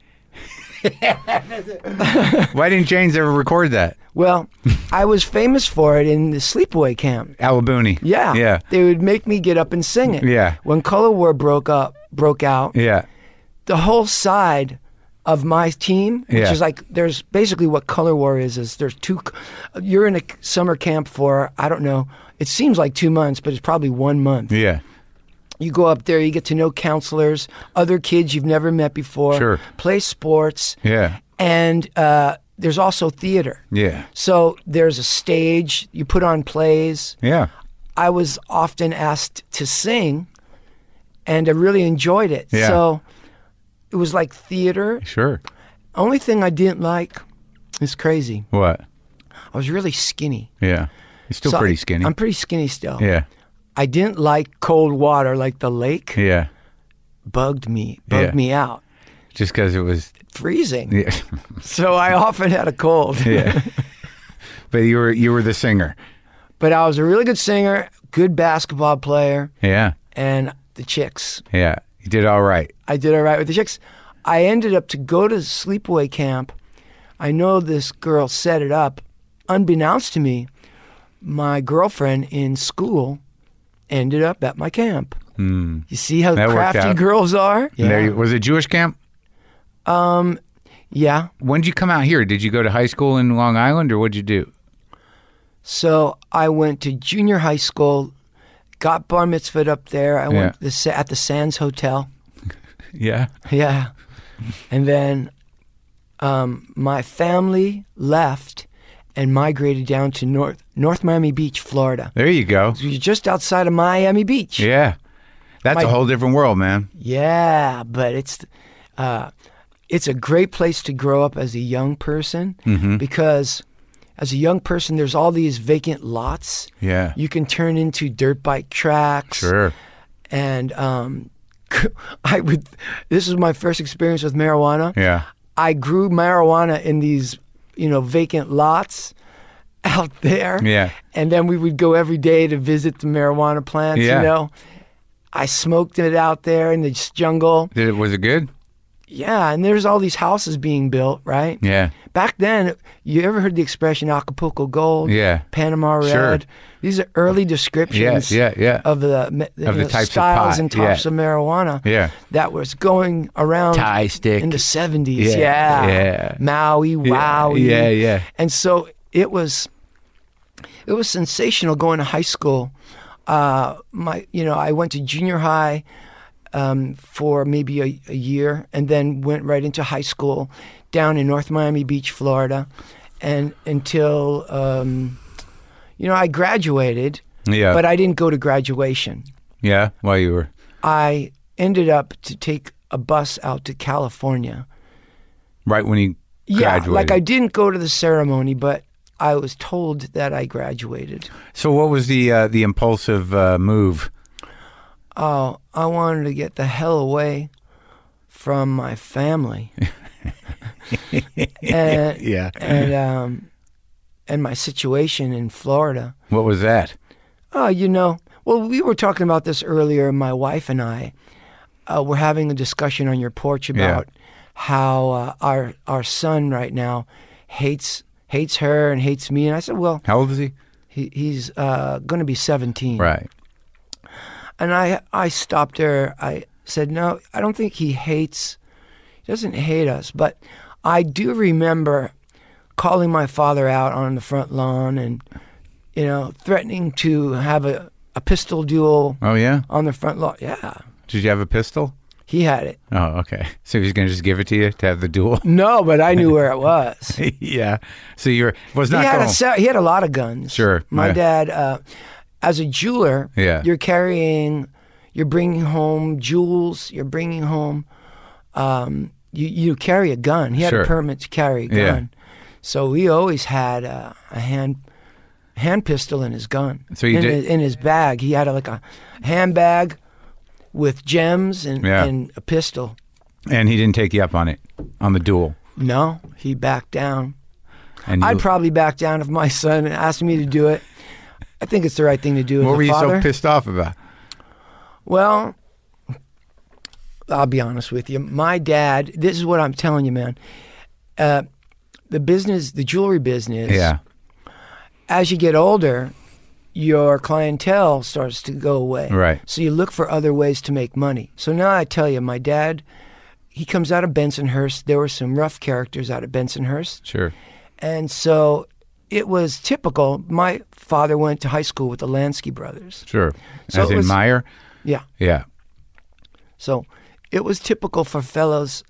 Speaker 1: Why didn't James ever record that?
Speaker 2: Well, I was famous for it in the sleepaway camp.
Speaker 1: Alabuni.
Speaker 2: Yeah.
Speaker 1: Yeah.
Speaker 2: They would make me get up and sing it.
Speaker 1: Yeah.
Speaker 2: When Color War broke up, broke out,
Speaker 1: Yeah.
Speaker 2: the whole side of my team, which
Speaker 1: Yeah.
Speaker 2: is like there's basically what color war is is there's two. You're in a summer camp for I don't know. It seems like two months, but it's probably one month.
Speaker 1: Yeah.
Speaker 2: You go up there, you get to know counselors, other kids you've never met before,
Speaker 1: Sure.
Speaker 2: play sports,
Speaker 1: Yeah.
Speaker 2: and uh, there's also theater.
Speaker 1: Yeah.
Speaker 2: So there's a stage you put on plays.
Speaker 1: Yeah.
Speaker 2: I was often asked to sing, and I really enjoyed it.
Speaker 1: Yeah.
Speaker 2: So it was like theater
Speaker 1: Sure.
Speaker 2: only thing I didn't like is crazy.
Speaker 1: What?
Speaker 2: I was really skinny.
Speaker 1: Yeah. He's still
Speaker 2: So
Speaker 1: pretty
Speaker 2: I-
Speaker 1: skinny.
Speaker 2: I'm pretty skinny still.
Speaker 1: yeah.
Speaker 2: I didn't like cold water, like the lake
Speaker 1: Yeah.
Speaker 2: bugged me, bugged
Speaker 1: Yeah.
Speaker 2: me out,
Speaker 1: Just because it was.
Speaker 2: freezing.
Speaker 1: Yeah.
Speaker 2: So I often had a cold.
Speaker 1: yeah. but you were you were the singer.
Speaker 2: But I was a really good singer, good basketball player,
Speaker 1: Yeah.
Speaker 2: and the chicks.
Speaker 1: Yeah. You did all right.
Speaker 2: I did all right with the chicks. I ended up to go to sleepaway camp. I know this girl set it up. Unbeknownst to me, my girlfriend in school ended up at my camp.
Speaker 1: Hmm.
Speaker 2: You see how
Speaker 1: That worked
Speaker 2: crafty
Speaker 1: out.
Speaker 2: girls are?
Speaker 1: And there you- was it Jewish camp?
Speaker 2: Yeah.
Speaker 1: When did you come out here? Did you go to high school in Long Island or what did you do?
Speaker 2: So I went to junior high school, got bar mitzvahed up there. I went
Speaker 1: Yeah.
Speaker 2: to the, Sa- at the Sands Hotel.
Speaker 1: Yeah.
Speaker 2: Yeah. And then um, my family left and migrated down to North North Miami Beach, Florida.
Speaker 1: There you go.
Speaker 2: So you're just outside of Miami Beach.
Speaker 1: Yeah. That's a
Speaker 2: My-
Speaker 1: whole different world, man.
Speaker 2: Yeah, but it's uh, it's a great place to grow up as a young person
Speaker 1: Mm-hmm.
Speaker 2: because as a young person, there's all these vacant lots.
Speaker 1: Yeah.
Speaker 2: you can turn into dirt bike tracks.
Speaker 1: Sure.
Speaker 2: and um, I would. This was my first experience with marijuana.
Speaker 1: Yeah.
Speaker 2: I grew marijuana in these, you know, vacant lots out there.
Speaker 1: Yeah.
Speaker 2: And then we would go every day to visit the marijuana plants,
Speaker 1: Yeah.
Speaker 2: you know. I smoked it out there in the jungle.
Speaker 1: Did it was it good?
Speaker 2: Yeah, and there's all these houses being built, right?
Speaker 1: Yeah.
Speaker 2: Back then, you ever heard the expression Acapulco Gold?
Speaker 1: Yeah.
Speaker 2: Panama Red?
Speaker 1: Sure.
Speaker 2: These are early descriptions
Speaker 1: Yeah, yeah, yeah.
Speaker 2: of the, me-
Speaker 1: Of the
Speaker 2: know,
Speaker 1: types of
Speaker 2: styles
Speaker 1: pot,
Speaker 2: and types
Speaker 1: yeah.
Speaker 2: of marijuana
Speaker 1: Yeah.
Speaker 2: that was going around
Speaker 1: Tie stick.
Speaker 2: in Um, the 70s.
Speaker 1: Yeah,
Speaker 2: Yeah.
Speaker 1: yeah.
Speaker 2: Maui, Wowie.
Speaker 1: yeah, yeah.
Speaker 2: And so it was it was sensational going to high school. Uh, my you know, I went to junior high um, for maybe a, a year and then went right into high school down in North Miami Beach, Florida. And until um, you know, I graduated,
Speaker 1: Yeah.
Speaker 2: but I didn't go to graduation.
Speaker 1: yeah. While you were
Speaker 2: I ended up to take a bus out to California.
Speaker 1: right when you
Speaker 2: Yeah,
Speaker 1: graduated.
Speaker 2: like I didn't go to the ceremony, but I was told that I graduated.
Speaker 1: So what was the uh, the impulsive uh, move?
Speaker 2: Oh, I wanted to get the hell away from my family. and
Speaker 1: Yeah.
Speaker 2: and um and my situation in Florida.
Speaker 1: What was that?
Speaker 2: Oh, you know, well, we were talking about this earlier. My wife and I uh, were having a discussion on your porch about how uh, our our son right now hates hates her and hates me. And I said, well,
Speaker 1: How old is he?
Speaker 2: he, he's uh, going to be seventeen,
Speaker 1: Right.
Speaker 2: and I I stopped her. I said, "No, I don't think he hates. He doesn't hate us, but I do remember calling my father out on the front lawn and you know threatening to have a, a pistol duel
Speaker 1: Oh yeah.
Speaker 2: on the front lawn. Yeah,
Speaker 1: Did you have a pistol?
Speaker 2: he had it.
Speaker 1: Oh, okay. So he's gonna just give it to you to have the duel.
Speaker 2: No, but I knew where it was.
Speaker 1: yeah. So you're was
Speaker 2: he
Speaker 1: not
Speaker 2: had
Speaker 1: going.
Speaker 2: a se- he had a lot of guns.
Speaker 1: Sure,
Speaker 2: my
Speaker 1: yeah.
Speaker 2: dad, uh, as a jeweler,
Speaker 1: Yeah.
Speaker 2: you're carrying, you're bringing home jewels, you're bringing home, um, you you carry a gun. He had
Speaker 1: Sure.
Speaker 2: a permit to carry a gun,
Speaker 1: Yeah.
Speaker 2: so he always had a, a hand hand pistol in his gun.
Speaker 1: So you
Speaker 2: in,
Speaker 1: did-
Speaker 2: his, in his bag, he had a, like a handbag with gems and
Speaker 1: Yeah.
Speaker 2: and a pistol.
Speaker 1: and he didn't take you up on it on the duel.
Speaker 2: No, he backed down.
Speaker 1: And you,
Speaker 2: I'd probably back down if my son asked me to do it. I think it's the right thing to do. as
Speaker 1: what
Speaker 2: a
Speaker 1: were you
Speaker 2: father.
Speaker 1: so pissed off about?
Speaker 2: Well, I'll be honest with you. My dad, this is what I'm telling you, man. Uh, the business, the jewelry business,
Speaker 1: Yeah.
Speaker 2: as you get older, your clientele starts to go away.
Speaker 1: Right.
Speaker 2: So you look for other ways to make money. So now I tell you, my dad, he comes out of Bensonhurst. There were some rough characters out of Bensonhurst.
Speaker 1: Sure.
Speaker 2: And so it was typical. My father went to high school with the Lansky brothers.
Speaker 1: Sure.
Speaker 2: So
Speaker 1: As
Speaker 2: it
Speaker 1: in
Speaker 2: was-
Speaker 1: Meyer.
Speaker 2: Yeah.
Speaker 1: Yeah.
Speaker 2: So it was typical for fellows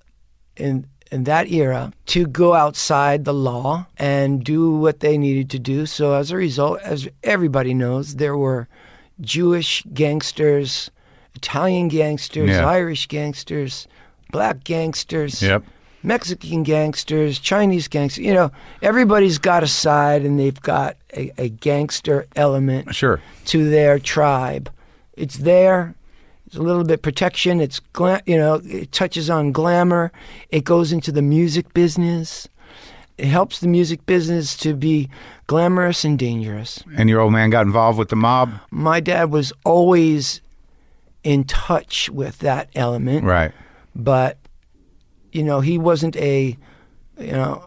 Speaker 2: in in that era to go outside the law and do what they needed to do. So as a result, as everybody knows, there were Jewish gangsters, Italian gangsters,
Speaker 1: Yeah.
Speaker 2: Irish gangsters, black gangsters.
Speaker 1: Yep.
Speaker 2: Mexican gangsters, Chinese gangsters, you know, everybody's got a side and they've got a, a gangster element
Speaker 1: Sure.
Speaker 2: to their tribe. It's there. It's a little bit protection. It's gla- you know it touches on glamour. It goes into the music business. It helps the music business to be glamorous and dangerous.
Speaker 1: And your old man got involved with the mob.
Speaker 2: My dad was always in touch with that element,
Speaker 1: Right.
Speaker 2: but you know he wasn't a you know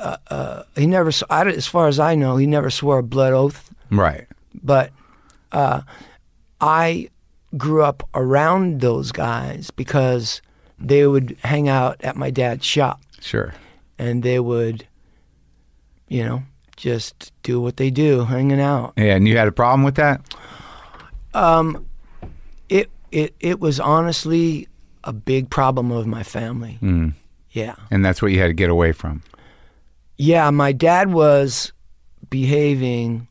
Speaker 2: uh, uh, he never s- I don't- as far as I know he never swore a blood oath
Speaker 1: Right.
Speaker 2: but uh, I grew up around those guys because they would hang out at my dad's shop
Speaker 1: Sure.
Speaker 2: and they would, you know, just do what they do, hanging out.
Speaker 1: Yeah, and you had a problem with that?
Speaker 2: It it it was honestly a big problem of my family. Mm. Yeah.
Speaker 1: Hmm. And that's what you had to get away from.
Speaker 2: Yeah, my dad was behaving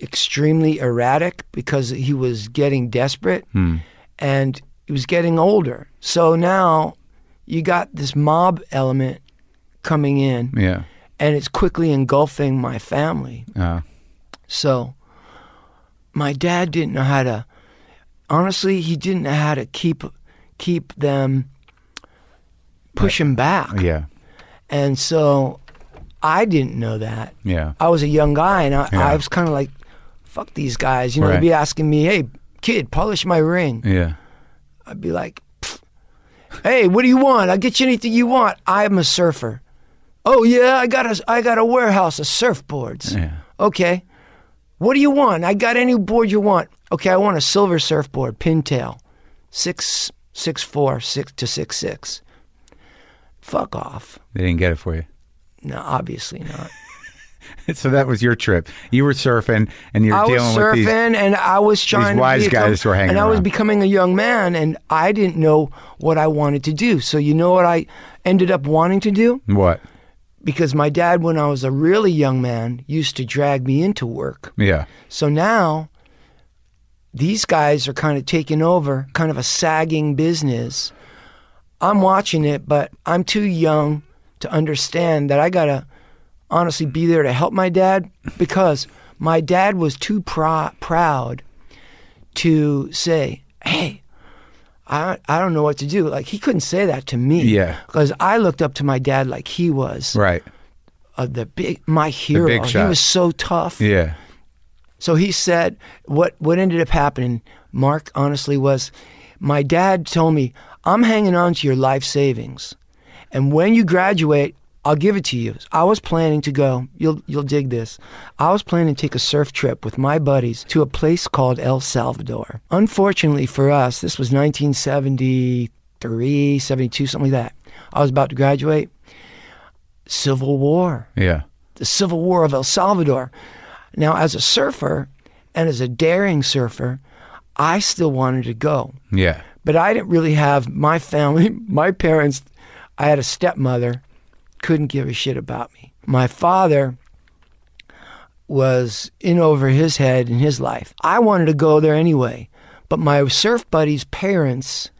Speaker 2: extremely erratic because he was getting desperate
Speaker 1: Hmm,
Speaker 2: and he was getting older. So now you got this mob element coming in
Speaker 1: Yeah.
Speaker 2: and it's quickly engulfing my family.
Speaker 1: Uh,
Speaker 2: So my dad didn't know how to honestly, he didn't know how to keep keep them pushing back.
Speaker 1: yeah.
Speaker 2: And so I didn't know that.
Speaker 1: Yeah.
Speaker 2: I was a young guy and I,
Speaker 1: Yeah.
Speaker 2: I was kind of like, fuck these guys. You know,
Speaker 1: Right.
Speaker 2: they'd be asking me, hey, kid, polish my ring.
Speaker 1: Yeah.
Speaker 2: I'd be like, "Pfft. hey, what do you want? I'll get you anything you want. I'm a surfer. Oh, yeah, I got a, I got a warehouse of surfboards.
Speaker 1: Yeah.
Speaker 2: Okay. What do you want? I got any board you want. Okay, I want a silver surfboard, pintail, six six four six to six six. Fuck off.
Speaker 1: They didn't get it for you.
Speaker 2: No, obviously not.
Speaker 1: so that was your trip. You were surfing and you were
Speaker 2: I was
Speaker 1: dealing with these.
Speaker 2: surfing and I was trying
Speaker 1: wise
Speaker 2: to become,
Speaker 1: guys were hanging
Speaker 2: and I was
Speaker 1: around.
Speaker 2: becoming a young man and I didn't know what I wanted to do. So you know what I ended up wanting to do?
Speaker 1: What?
Speaker 2: Because my dad when I was a really young man used to drag me into work.
Speaker 1: Yeah.
Speaker 2: So now these guys are kind of taking over, kind of a sagging business. I'm watching it, but I'm too young to understand that I got to honestly be there to help my dad because my dad was too pr- proud to say, hey, I, I don't know what to do. Like, he couldn't say that to me.
Speaker 1: Yeah.
Speaker 2: Because I looked up to my dad like he was
Speaker 1: Right.
Speaker 2: uh, the big, my hero.
Speaker 1: shot.
Speaker 2: He was so tough.
Speaker 1: Yeah.
Speaker 2: So he said, what, what ended up happening, Mark, honestly, was my dad told me, I'm hanging on to your life savings. And when you graduate, I'll give it to you. I was planning to go, you'll, you'll dig this. I was planning to take a surf trip with my buddies to a place called El Salvador. Unfortunately for us, this was 1973, 72, something like that. I was about to graduate. Civil War
Speaker 1: Yeah.
Speaker 2: the Civil War of El Salvador. Now, as a surfer and as a daring surfer, I still wanted to go,
Speaker 1: Yeah.
Speaker 2: but I didn't really have my family, my parents. I had a stepmother, couldn't give a shit about me. My father was in over his head in his life. I wanted to go there anyway, but my surf buddies' parents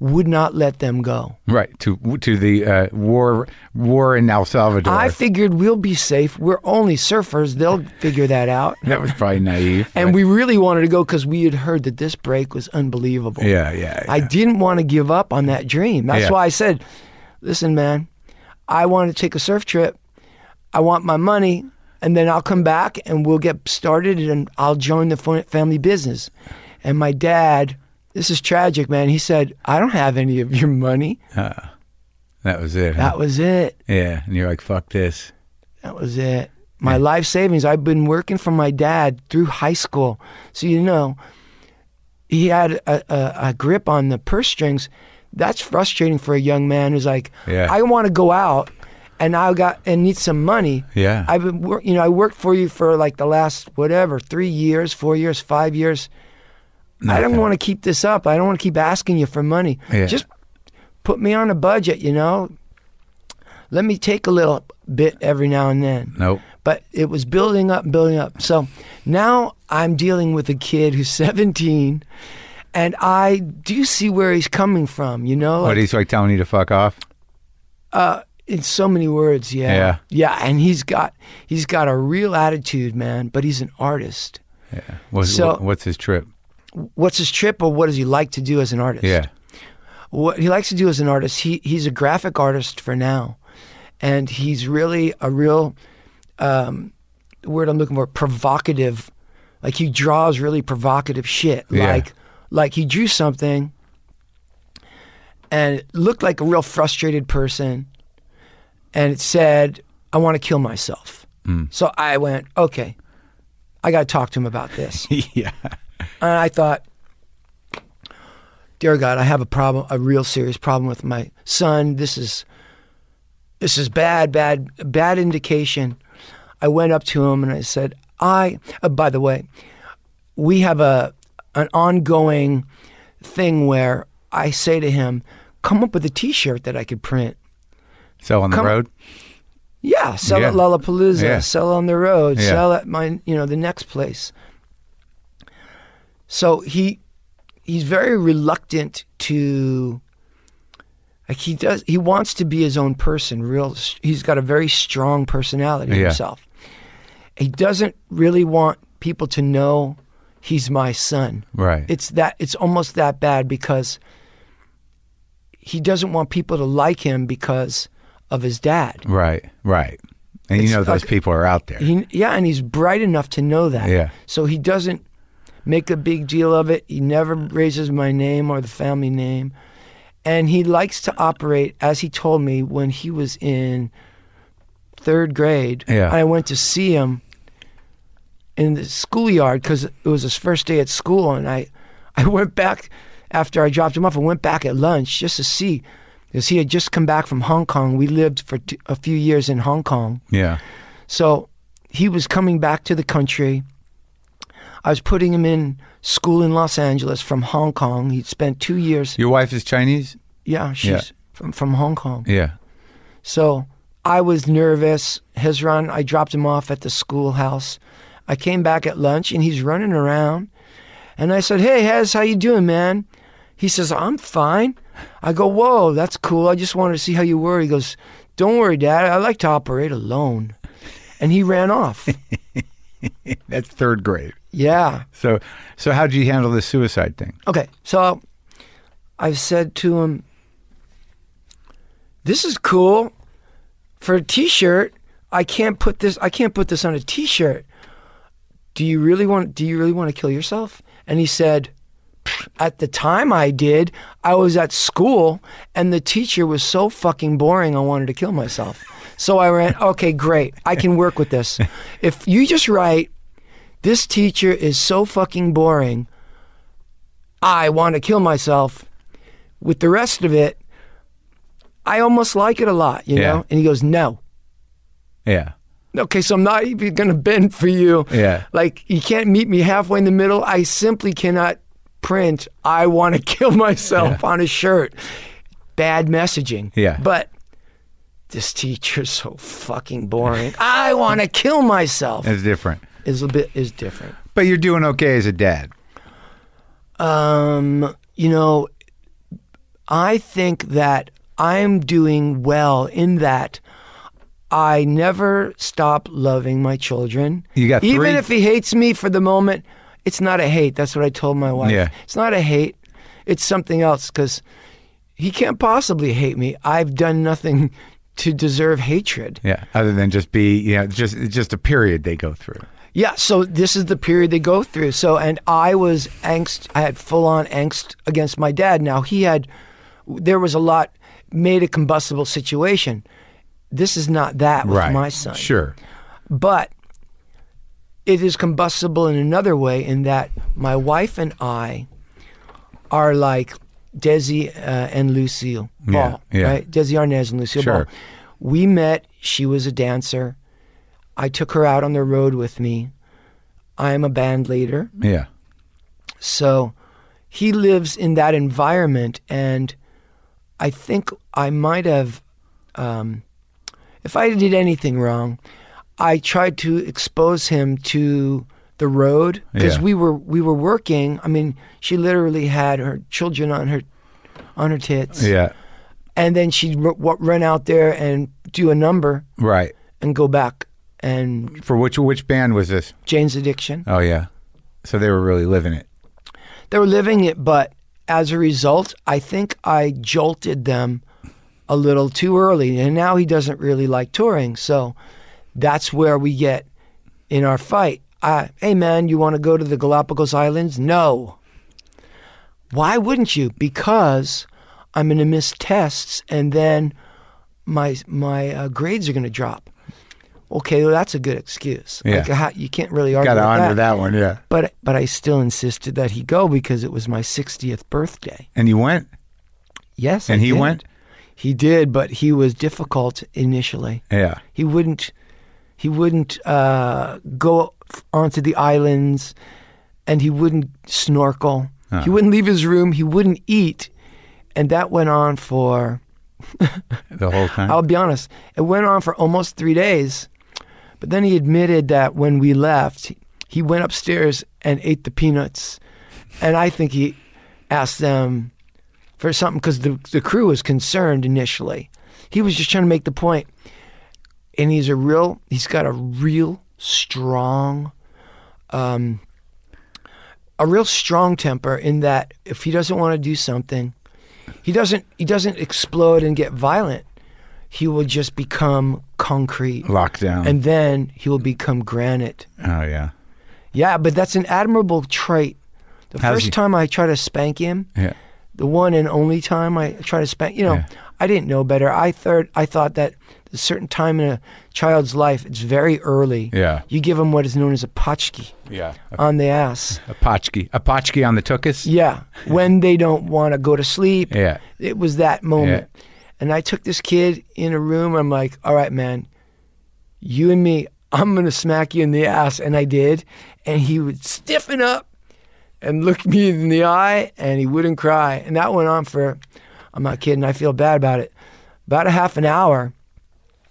Speaker 2: would not let them go.
Speaker 1: Right. To to the uh, war war in El Salvador.
Speaker 2: I figured we'll be safe. We're only surfers. They'll figure that out.
Speaker 1: that was probably naive.
Speaker 2: And we really wanted to go because we had heard that this break was unbelievable.
Speaker 1: yeah, yeah.
Speaker 2: I didn't want to give up on that dream. That's
Speaker 1: Yeah.
Speaker 2: why I said, listen, man, I want to take a surf trip. I want my money, and then I'll come back and we'll get started and I'll join the fa- family business. And my dad, this is tragic, man. He said, I don't have any of your money.
Speaker 1: that was it. huh?
Speaker 2: That was it.
Speaker 1: yeah. And you're like, fuck this.
Speaker 2: That was it. My life savings. I've been working for my dad through high school. So, you know, he had a, a, a grip on the purse strings. That's frustrating for a young man who's like,
Speaker 1: Yeah.
Speaker 2: I want to go out and I got and need some money.
Speaker 1: Yeah.
Speaker 2: I've been, wor- you know, I worked for you for like the last whatever, three years, four years, five years. I don't want to keep this up. I don't want to keep asking you for money.
Speaker 1: Yeah.
Speaker 2: Just put me on a budget, you know. Let me take a little bit every now and then.
Speaker 1: Nope.
Speaker 2: But it was building up and building up. So now I'm dealing with a kid who's 17, and I do see where he's coming from, you know?
Speaker 1: But
Speaker 2: Like,
Speaker 1: he's like telling Oh, you to fuck off.
Speaker 2: in so many words, yeah.
Speaker 1: Yeah.
Speaker 2: and he's got he's got a real attitude, man, but he's an artist.
Speaker 1: What,
Speaker 2: So-
Speaker 1: what's his trip?
Speaker 2: What's his trip or what does he like to do as an artist?
Speaker 1: Yeah.
Speaker 2: what he likes to do as an artist, he he's a graphic artist for now, and he's really a real um, word I'm looking for provocative. Like he draws really provocative shit.
Speaker 1: Yeah.
Speaker 2: Like like he drew something, and it looked like a real frustrated person, and it said, "I want to kill myself." So I went, "Okay, I got to talk to him about this.
Speaker 1: yeah.
Speaker 2: And I thought, dear God, I have a problem, a real serious problem with my son. This is, this is bad, bad, bad indication. I went up to him and I said, I, uh, by the way, we have a, an ongoing thing where I say to him, come up with a t-shirt that I could print.
Speaker 1: So on the
Speaker 2: Come-
Speaker 1: road.
Speaker 2: Yeah, sell
Speaker 1: Yeah.
Speaker 2: at Lollapalooza,
Speaker 1: Yeah.
Speaker 2: sell on the road,
Speaker 1: Yeah.
Speaker 2: sell at my you know the next place. So he he's very reluctant to like he does he wants to be his own person. Real he's got a very strong personality
Speaker 1: Yeah.
Speaker 2: himself. He doesn't really want people to know he's my son.
Speaker 1: Right.
Speaker 2: It's that it's almost that bad because he doesn't want people to like him because of his dad.
Speaker 1: right. Right. And you
Speaker 2: It's
Speaker 1: know those
Speaker 2: like-
Speaker 1: people are out there.
Speaker 2: He, yeah, and he's bright enough to know that.
Speaker 1: Yeah.
Speaker 2: So he doesn't make a big deal of it. He never raises my name or the family name. And he likes to operate, as he told me when he was in third grade.
Speaker 1: Yeah.
Speaker 2: I went to see him in the schoolyard because it was his first day at school. And I, I went back after I dropped him off and went back at lunch just to see. Because he had just come back from Hong Kong. We lived for t- a few years in Hong Kong.
Speaker 1: yeah.
Speaker 2: So he was coming back to the country. I was putting him in school in Los Angeles from Hong Kong. He'd spent two years.
Speaker 1: Your wife is Chinese?
Speaker 2: Yeah, she's
Speaker 1: Yeah.
Speaker 2: From, from Hong Kong.
Speaker 1: Yeah.
Speaker 2: So I was nervous. Hezron, I dropped him off at the schoolhouse. I came back at lunch and he's running around. And I said, Hey, Hez, how you doing, man? He says, I'm fine. I go, Whoa, that's cool. I just wanted to see how you were. He goes, Don't worry, Dad. I like to operate alone. And he ran off.
Speaker 1: That's third grade.
Speaker 2: Yeah.
Speaker 1: So so how did you handle the suicide thing?
Speaker 2: Okay. So I've said to him, "This is cool for a T-shirt. I can't put this. I can't put this on a T-shirt. Do you really want? Do you really want to kill yourself?" And he said, "Pfft, "At the time I did. I was at school, and the teacher was so fucking boring. I wanted to kill myself. So I ran. Okay, great. I can work with this. If you just write." This teacher is so fucking boring. I want to kill myself. With the rest of it, I almost like it a lot, you
Speaker 1: Yeah.
Speaker 2: know? And he goes, No.
Speaker 1: Yeah.
Speaker 2: Okay, so I'm not even going to bend for you.
Speaker 1: Yeah.
Speaker 2: Like, you can't meet me halfway in the middle. I simply cannot print, I want to kill myself on a shirt. Bad messaging.
Speaker 1: Yeah.
Speaker 2: But this teacher's so fucking boring. I want to kill myself
Speaker 1: It's different.
Speaker 2: is a bit is different.
Speaker 1: But you're doing okay as a dad.
Speaker 2: Um, you know, I think that I'm doing well in that I never stop loving my children.
Speaker 1: You got
Speaker 2: even
Speaker 1: three-
Speaker 2: if he hates me for the moment, it's not a hate. That's what I told my wife.
Speaker 1: Yeah.
Speaker 2: It's not a hate. It's something else because he can't possibly hate me. I've done nothing to deserve hatred.
Speaker 1: Yeah. Other than just be, you know, just it's just a period they go through.
Speaker 2: Yeah, so this is the period they go through. So, and I was angst. I had full on angst against my dad. Now he had, there was a lot made a combustible situation. This is not that with
Speaker 1: right.
Speaker 2: my son,
Speaker 1: Sure.
Speaker 2: but it is combustible in another way. In that my wife and I are like Desi uh, and Lucille Ball,
Speaker 1: Yeah, yeah.
Speaker 2: right? Desi Arnaz and Lucille
Speaker 1: Sure.
Speaker 2: Ball. We met. She was a dancer. I took her out on the road with me. I am a band leader.
Speaker 1: Yeah.
Speaker 2: So he lives in that environment. And I think I might have, um, if I did anything wrong, I tried to expose him to the road because
Speaker 1: Yeah.
Speaker 2: we were we were working. I mean, she literally had her children on her on her tits,
Speaker 1: Yeah.
Speaker 2: and then she'd r- w- run out there and do a number
Speaker 1: Right.
Speaker 2: and go back. And
Speaker 1: For which which band was this?
Speaker 2: Jane's addiction.
Speaker 1: Oh yeah. So they were really living it.
Speaker 2: they were living it, but as a result, I think I jolted them a little too early, and now he doesn't really like touring. So that's where we get in our fight. I, hey man, you want to go to the Galapagos Islands? No. Why wouldn't you? Because I'm going to miss tests, and then my my uh, grades are going to drop. okay, well, that's a good excuse.
Speaker 1: Yeah.
Speaker 2: Like, how- you can't really argue
Speaker 1: Got to
Speaker 2: with
Speaker 1: honor
Speaker 2: that.
Speaker 1: that one, yeah.
Speaker 2: But but I still insisted that he go because it was my 60th birthday.
Speaker 1: And you went,
Speaker 2: Yes,
Speaker 1: and
Speaker 2: I
Speaker 1: he
Speaker 2: did.
Speaker 1: went,
Speaker 2: He did, but he was difficult initially.
Speaker 1: yeah.
Speaker 2: He wouldn't. He wouldn't uh, go f- onto the islands, and he wouldn't snorkel. He wouldn't leave his room. He wouldn't eat, and that went on for.
Speaker 1: The whole time.
Speaker 2: I'll be honest. It went on for almost three days, but then he admitted that when we left, he went upstairs and ate the peanuts, and I think he asked them for something because the the crew was concerned initially. He was just trying to make the point, and he's a real. He's got a real strong, um, a real strong temper. In that, if he doesn't want to do something, he doesn't. He doesn't explode and get violent. He will just become concrete,
Speaker 1: Lockdown.
Speaker 2: and then he will become granite.
Speaker 1: oh, yeah.
Speaker 2: Yeah, but that's an admirable trait. The
Speaker 1: How's
Speaker 2: first
Speaker 1: he-
Speaker 2: time I try to spank him,
Speaker 1: Yeah.
Speaker 2: the one and only time I try to spank. You know,
Speaker 1: Yeah.
Speaker 2: I didn't know better. I third, I thought that a certain time in a child's life, it's very early.
Speaker 1: Yeah.
Speaker 2: you give them what is known as a potchki
Speaker 1: Yeah.
Speaker 2: on the ass.
Speaker 1: A potchki. A potchki on the tuchus?
Speaker 2: Yeah, when they don't want to go to sleep.
Speaker 1: Yeah.
Speaker 2: It was that moment. And I took this kid in a room. I'm like, all right, man, you and me, I'm going to smack you in the ass. And I did. And he would stiffen up and look me in the eye and he wouldn't cry. And that went on for, I'm not kidding, I feel bad about it, about a half an hour.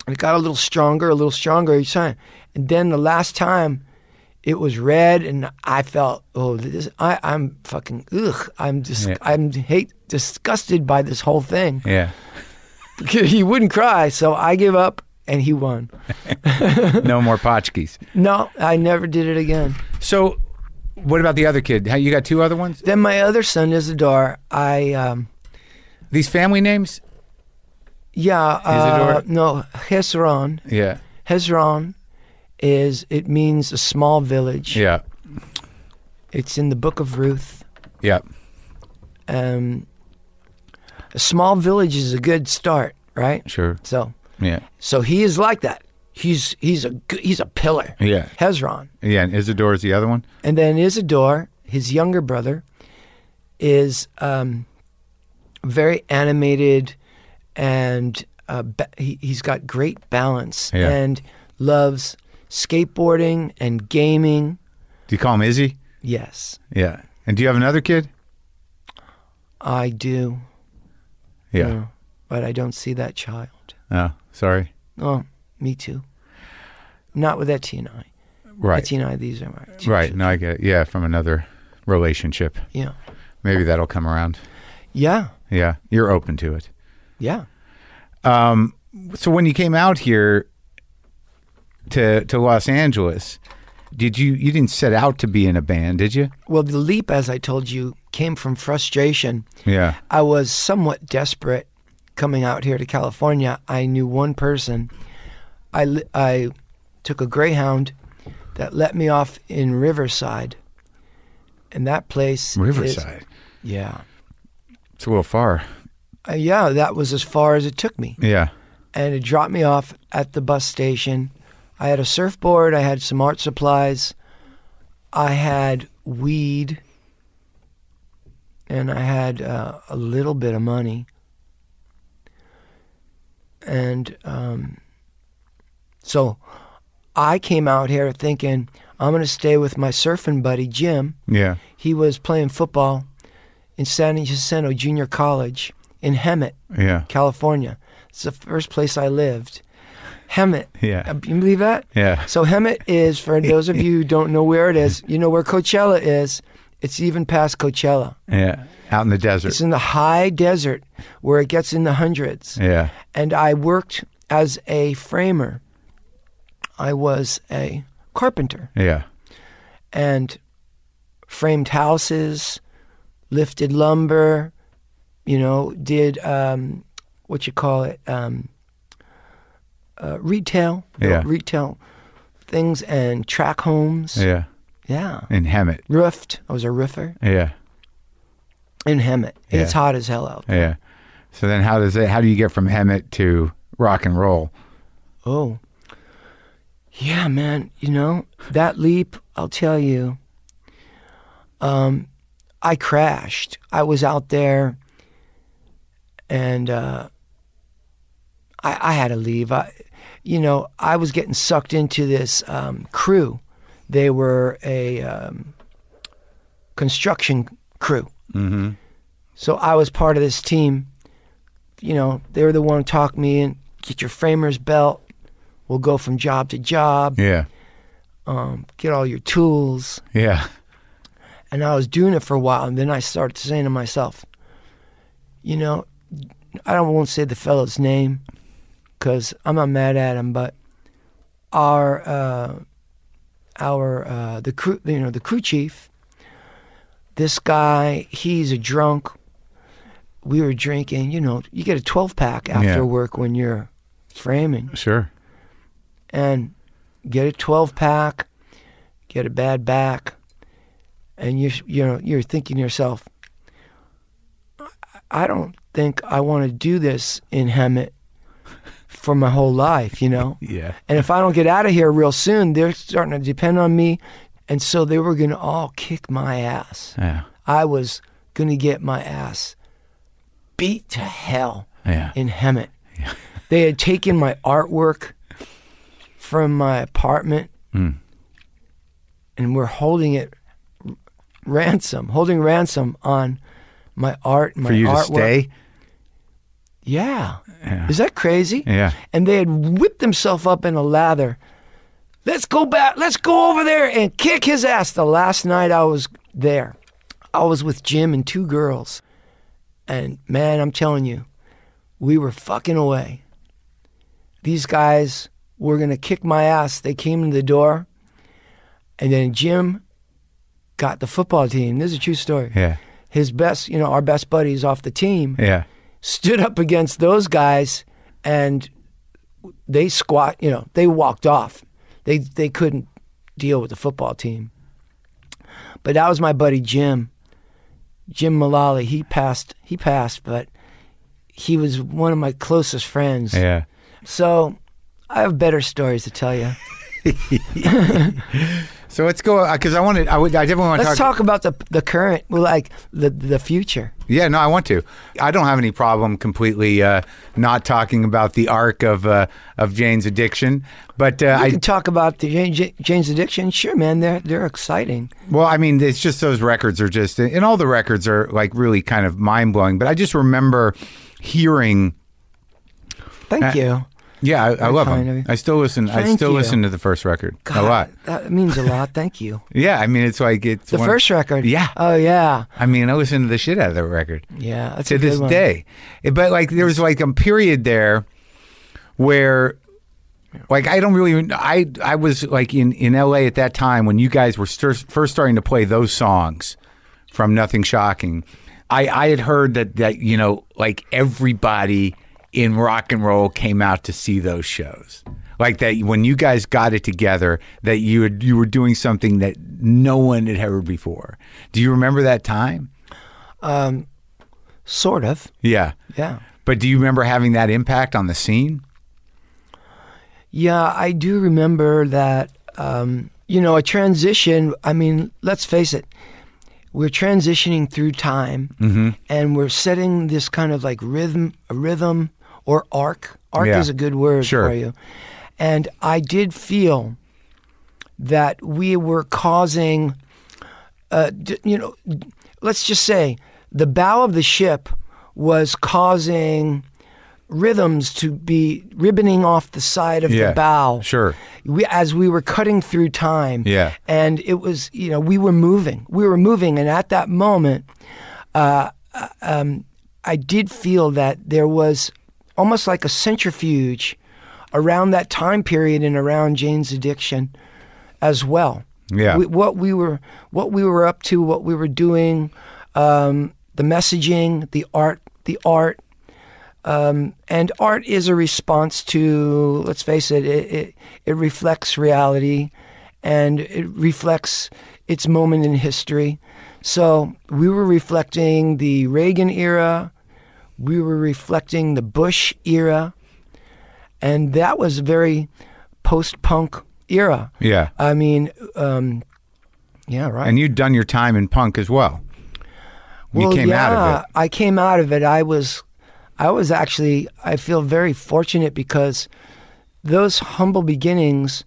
Speaker 2: And it got a little stronger, a little stronger each time. And then the last time, it was red, and I felt, oh, this, I, I'm fucking, ugh, I'm just,
Speaker 1: Yeah.
Speaker 2: I'm hate disgusted by this whole thing.
Speaker 1: Yeah.
Speaker 2: he wouldn't cry, so I give up, and he won.
Speaker 1: No more potchkis.
Speaker 2: No, I never did it again.
Speaker 1: So, what about the other kid? How- You got two other ones?
Speaker 2: Then my other son, Isidore, I, um,
Speaker 1: These family names?
Speaker 2: yeah, uh,
Speaker 1: Isidore?
Speaker 2: no, Hezron.
Speaker 1: Yeah.
Speaker 2: Hezron is it means a small village.
Speaker 1: Yeah.
Speaker 2: It's in the Book of Ruth.
Speaker 1: Yeah.
Speaker 2: Um, a small village is a good start, right?
Speaker 1: Sure.
Speaker 2: So,
Speaker 1: Yeah.
Speaker 2: so he is like that. He's he's a g- he's a pillar.
Speaker 1: Yeah.
Speaker 2: Hezron,
Speaker 1: Yeah. And Isidore's the other one?
Speaker 2: and then Isidore, his younger brother, is um, very animated, and uh, ba- he, he's got great balance
Speaker 1: Yeah.
Speaker 2: and loves skateboarding and gaming.
Speaker 1: Do you call him Izzy?
Speaker 2: Yes,
Speaker 1: Yeah. And do you have another kid?
Speaker 2: I do.
Speaker 1: Yeah.
Speaker 2: know, but I don't see that child.
Speaker 1: Oh, sorry.
Speaker 2: Oh, me too. Not with Etienne and I.
Speaker 1: Right.
Speaker 2: Etienne and I, these are my two
Speaker 1: Right.
Speaker 2: children.
Speaker 1: No, I get it. Yeah. From another relationship.
Speaker 2: Yeah.
Speaker 1: Maybe that'll come around.
Speaker 2: Yeah.
Speaker 1: Yeah. You're open to it.
Speaker 2: Yeah.
Speaker 1: Um, so when you came out here to to Los Angeles, did you you didn't set out to be in a band, did you?
Speaker 2: Well, the leap, as I told you, came from frustration.
Speaker 1: Yeah.
Speaker 2: I was somewhat desperate coming out here to California. I knew one person. I, li- I took a Greyhound that let me off in Riverside. And that place. is-
Speaker 1: Riverside.
Speaker 2: yeah.
Speaker 1: It's a little far.
Speaker 2: Uh, yeah, that was as far as it took me.
Speaker 1: Yeah.
Speaker 2: and it dropped me off at the bus station. I had a surfboard, I had some art supplies, I had weed, and I had uh, a little bit of money. And um, so I came out here thinking, I'm going to stay with my surfing buddy, Jim.
Speaker 1: Yeah.
Speaker 2: He was playing football in San Jacinto Junior College in Hemet.
Speaker 1: Yeah.
Speaker 2: California. It's the first place I lived. Hemet.
Speaker 1: Yeah.
Speaker 2: Uh, You believe that?
Speaker 1: Yeah.
Speaker 2: So Hemet is, for those of you who don't know where it is, you know where Coachella is. It's even past Coachella.
Speaker 1: Yeah. Out in the desert.
Speaker 2: It's in the high desert where it gets in the hundreds.
Speaker 1: Yeah.
Speaker 2: And I worked as a framer. I was a carpenter
Speaker 1: Yeah.
Speaker 2: and framed houses, lifted lumber, you know, did um, what you call it, um, uh, retail, you know,
Speaker 1: Yeah.
Speaker 2: retail things and track homes.
Speaker 1: Yeah.
Speaker 2: Yeah.
Speaker 1: In Hemet.
Speaker 2: Roofed. I was a roofer
Speaker 1: Yeah.
Speaker 2: in Hemet.
Speaker 1: Yeah.
Speaker 2: It's hot as hell out there.
Speaker 1: Yeah. So then how does it how do you get from Hemet to rock and roll?
Speaker 2: Oh. Yeah, man. You know, that leap, I'll tell you, um, I crashed. I was out there and uh, I, I had to leave. I, you know, I was getting sucked into this um, crew. They were a um, construction crew.
Speaker 1: Mm-hmm.
Speaker 2: So I was part of this team. You know, they were the one who talked me in, get your framer's belt. We'll go from job to job.
Speaker 1: Yeah.
Speaker 2: Um, get all your tools.
Speaker 1: Yeah.
Speaker 2: And I was doing it for a while. And then I started saying to myself, you know, I don't want to say the fellow's name because I'm not mad at him, but our, uh, our, uh, the crew, you know, the crew chief, this guy, he's a drunk. We were drinking, you know, you get a 12 pack after
Speaker 1: Yeah.
Speaker 2: work when you're framing
Speaker 1: Sure.
Speaker 2: and get a 12 pack, get a bad back, and you you know you're thinking to yourself, "I- I don't think I want to do this in Hemet for my whole life, you know.
Speaker 1: Yeah.
Speaker 2: And if I don't get out of here real soon, they're starting to depend on me, and so they were going to all kick my ass.
Speaker 1: Yeah.
Speaker 2: I was going to get my ass beat to hell
Speaker 1: Yeah.
Speaker 2: in Hemet. They had taken my artwork from my apartment
Speaker 1: Mm.
Speaker 2: and were holding it r- ransom, holding ransom on my art, my
Speaker 1: For you to
Speaker 2: artwork.
Speaker 1: stay.
Speaker 2: Yeah.
Speaker 1: Yeah.
Speaker 2: Is that crazy?
Speaker 1: Yeah.
Speaker 2: And they had whipped themselves up in a lather. Let's go back. Let's go over there and kick his ass. The last night I was there, I was with Jim and two girls. And man, I'm telling you, we were fucking away. These guys were going to kick my ass. They came to the door. And then Jim got the football team. This is a true story.
Speaker 1: Yeah.
Speaker 2: His best, you know, our best buddies off the team
Speaker 1: Yeah.
Speaker 2: stood up against those guys and they squat you know they walked off they they couldn't deal with the football team but that was my buddy jim jim mullally he passed he passed but he was one of my closest friends
Speaker 1: Yeah.
Speaker 2: so i have better stories to tell you
Speaker 1: So let's go because I wanted. I would. I definitely want to
Speaker 2: let's talk about the the current well, like the the future
Speaker 1: Yeah, no, I want to. I don't have any problem completely uh, not talking about the arc of uh, of Jane's addiction, but uh,
Speaker 2: i
Speaker 1: I
Speaker 2: can talk about the Jane- jane's addiction sure man they're they're exciting
Speaker 1: well, I mean, it's just those records are just, and all the records are like really kind of mind blowing. But I just remember hearing. Uh,
Speaker 2: thank you
Speaker 1: Yeah, I, I love
Speaker 2: kind
Speaker 1: them.
Speaker 2: of you.
Speaker 1: I still listen. I
Speaker 2: Thank
Speaker 1: still
Speaker 2: you.
Speaker 1: listen to the first record a
Speaker 2: God,
Speaker 1: lot.
Speaker 2: That means a lot. Thank you.
Speaker 1: Yeah, I mean, it's like it's
Speaker 2: The
Speaker 1: one-
Speaker 2: first record.
Speaker 1: Yeah.
Speaker 2: Oh yeah.
Speaker 1: I mean, I listen to the shit out of that record.
Speaker 2: Yeah. That's
Speaker 1: to
Speaker 2: a good
Speaker 1: this
Speaker 2: one.
Speaker 1: day. But like there was like a period there where like I don't really even- I I was like in in LA at that time when you guys were stir- first starting to play those songs from Nothing Shocking. I I had heard that that you know like everybody in rock and roll came out to see those shows. Like that when you guys got it together that you had, you were doing something that no one had heard before. Do you remember that time?
Speaker 2: Sort of.
Speaker 1: Yeah.
Speaker 2: Yeah.
Speaker 1: But do you remember having that impact on the scene?
Speaker 2: Yeah. I do remember that. Um, you know, a transition. I mean, let's face it. We're transitioning through time,
Speaker 1: Mm-hmm.
Speaker 2: and we're setting this kind of like rhythm, rhythm or arc. Arc
Speaker 1: Yeah.
Speaker 2: is a good word
Speaker 1: Sure.
Speaker 2: for you. And I did feel that we were causing, uh, d- you know, d- let's just say the bow of the ship was causing rhythms to be ribboning off the side of
Speaker 1: Yeah,
Speaker 2: the bow.
Speaker 1: sure.
Speaker 2: We, as we were cutting through time.
Speaker 1: Yeah.
Speaker 2: And it was, you know, we were moving. We were moving. And at that moment, uh, um, I did feel that there was almost like a centrifuge around that time period and around Jane's addiction as well.
Speaker 1: Yeah.
Speaker 2: We, what we were what we were up to, what we were doing, um, the messaging, the art, the art. Um, and art is a response to, let's face it, it, it, it reflects reality and it reflects its moment in history. So we were reflecting the Reagan era, we were reflecting the Bush era, and that was very post punk era.
Speaker 1: Yeah.
Speaker 2: I mean, um, yeah, right.
Speaker 1: And you'd done your time in punk as well. You
Speaker 2: well,
Speaker 1: came
Speaker 2: yeah,
Speaker 1: out of it.
Speaker 2: I came out of it. I was, I was actually, I feel very fortunate because those humble beginnings,